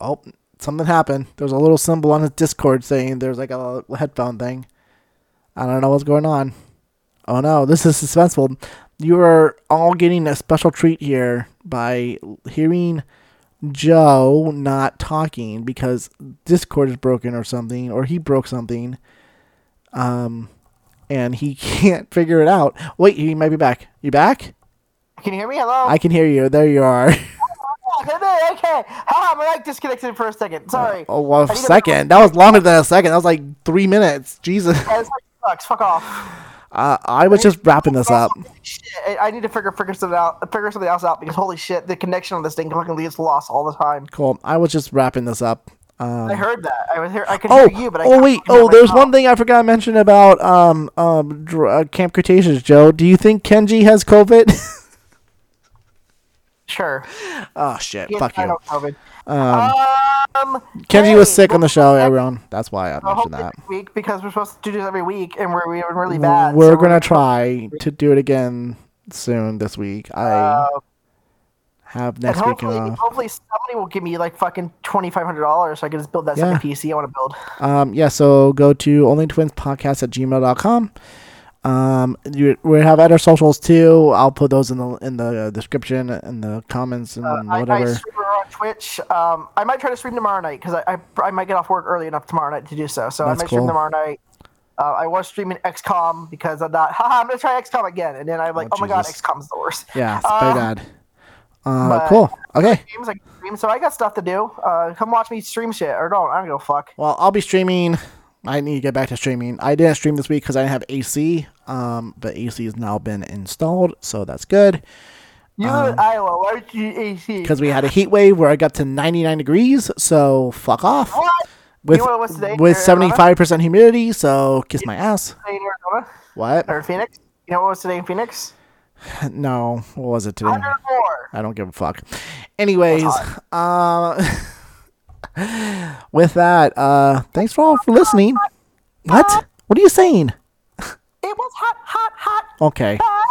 oh, something happened. There's a little symbol on his Discord saying there's like a headphone thing. I don't know what's going on. Oh no, this is suspenseful. You are all getting a special treat here by hearing Joe not talking because Discord is broken or something, or he broke something. Um, and he can't figure it out. Wait, he might be back. You back?
Can you hear me? Hello?
I can hear you. There you are.
okay, okay. Ha, my mic disconnected for a second. Sorry.
Oh, well,
I
a
need to-
second. That was longer than a second. That was like three minutes. Jesus.
Yeah, this mic sucks. Fuck off.
Uh, I was just wrapping this up.
Shit, I- I need to figure figure something out. Figure something else out because holy shit, the connection on this thing fucking leaves lost all the time.
Cool. I was just wrapping this up. Um,
I heard that. I was here. I could
Oh,
hear you, but I
oh
can't
wait.
hear
Oh,
right
there's
now.
one thing I forgot to mention about um um dr- uh, Camp Cretaceous, Joe. Do you think Kenji has COVID?
Sure.
oh shit.
Yes,
Fuck
I
you.
know COVID.
Um,
Um,
Kenji was
hey,
sick on the show,
we'll-
everyone. That's why I
I hope
mentioned that.
next week because we're supposed to do this every week and we're we were really bad.
We're
so
gonna try to do it again soon this week. I
Uh,
have
and
next uh, weekend
hopefully,
off.
hopefully somebody will give me like fucking twenty five hundred dollars so I can just build that
Yeah.
second PC I want to build.
Um, yeah, so go to onlytwinspodcast at gmail.com. Um, you, we have other socials too. I'll put those in the in the description and the comments and
Uh, I, I
whatever.
stream her on Twitch. Um, I might try to stream tomorrow night because I, I I might get off work early enough tomorrow night to do so. So
That's
I might stream
cool.
tomorrow night. Uh, I was streaming XCOM because I thought, haha, I'm gonna try XCOM again, and then I'm like,
Oh,
oh, my god,
Jesus.
XCOM's the worst.
yeah, it's
uh,
very bad. Uh,
but-
cool. Okay.
Streams, I can stream, so I got stuff to do. Uh, come watch me stream shit or don't. I don't give a fuck.
Well, I'll be streaming. I need to get back to streaming. I didn't stream this week because I didn't have AC. Um, but AC has now been installed, so that's good.
You
Um,
live in Iowa. Why would you AC?
Because we had a heat wave where I got to 99 degrees, so fuck off.
What?
With
You know what it was today?
with
Arizona?
75% humidity, so kiss my ass.
Today in Arizona
What?
or Phoenix? You know what was today in Phoenix?
No, what was it today?
104.
I don't give a fuck. Anyways, uh, with that, uh, thanks for all for listening. What? What are you saying?
It was hot, Ah! hot, hot.
Okay.
hot.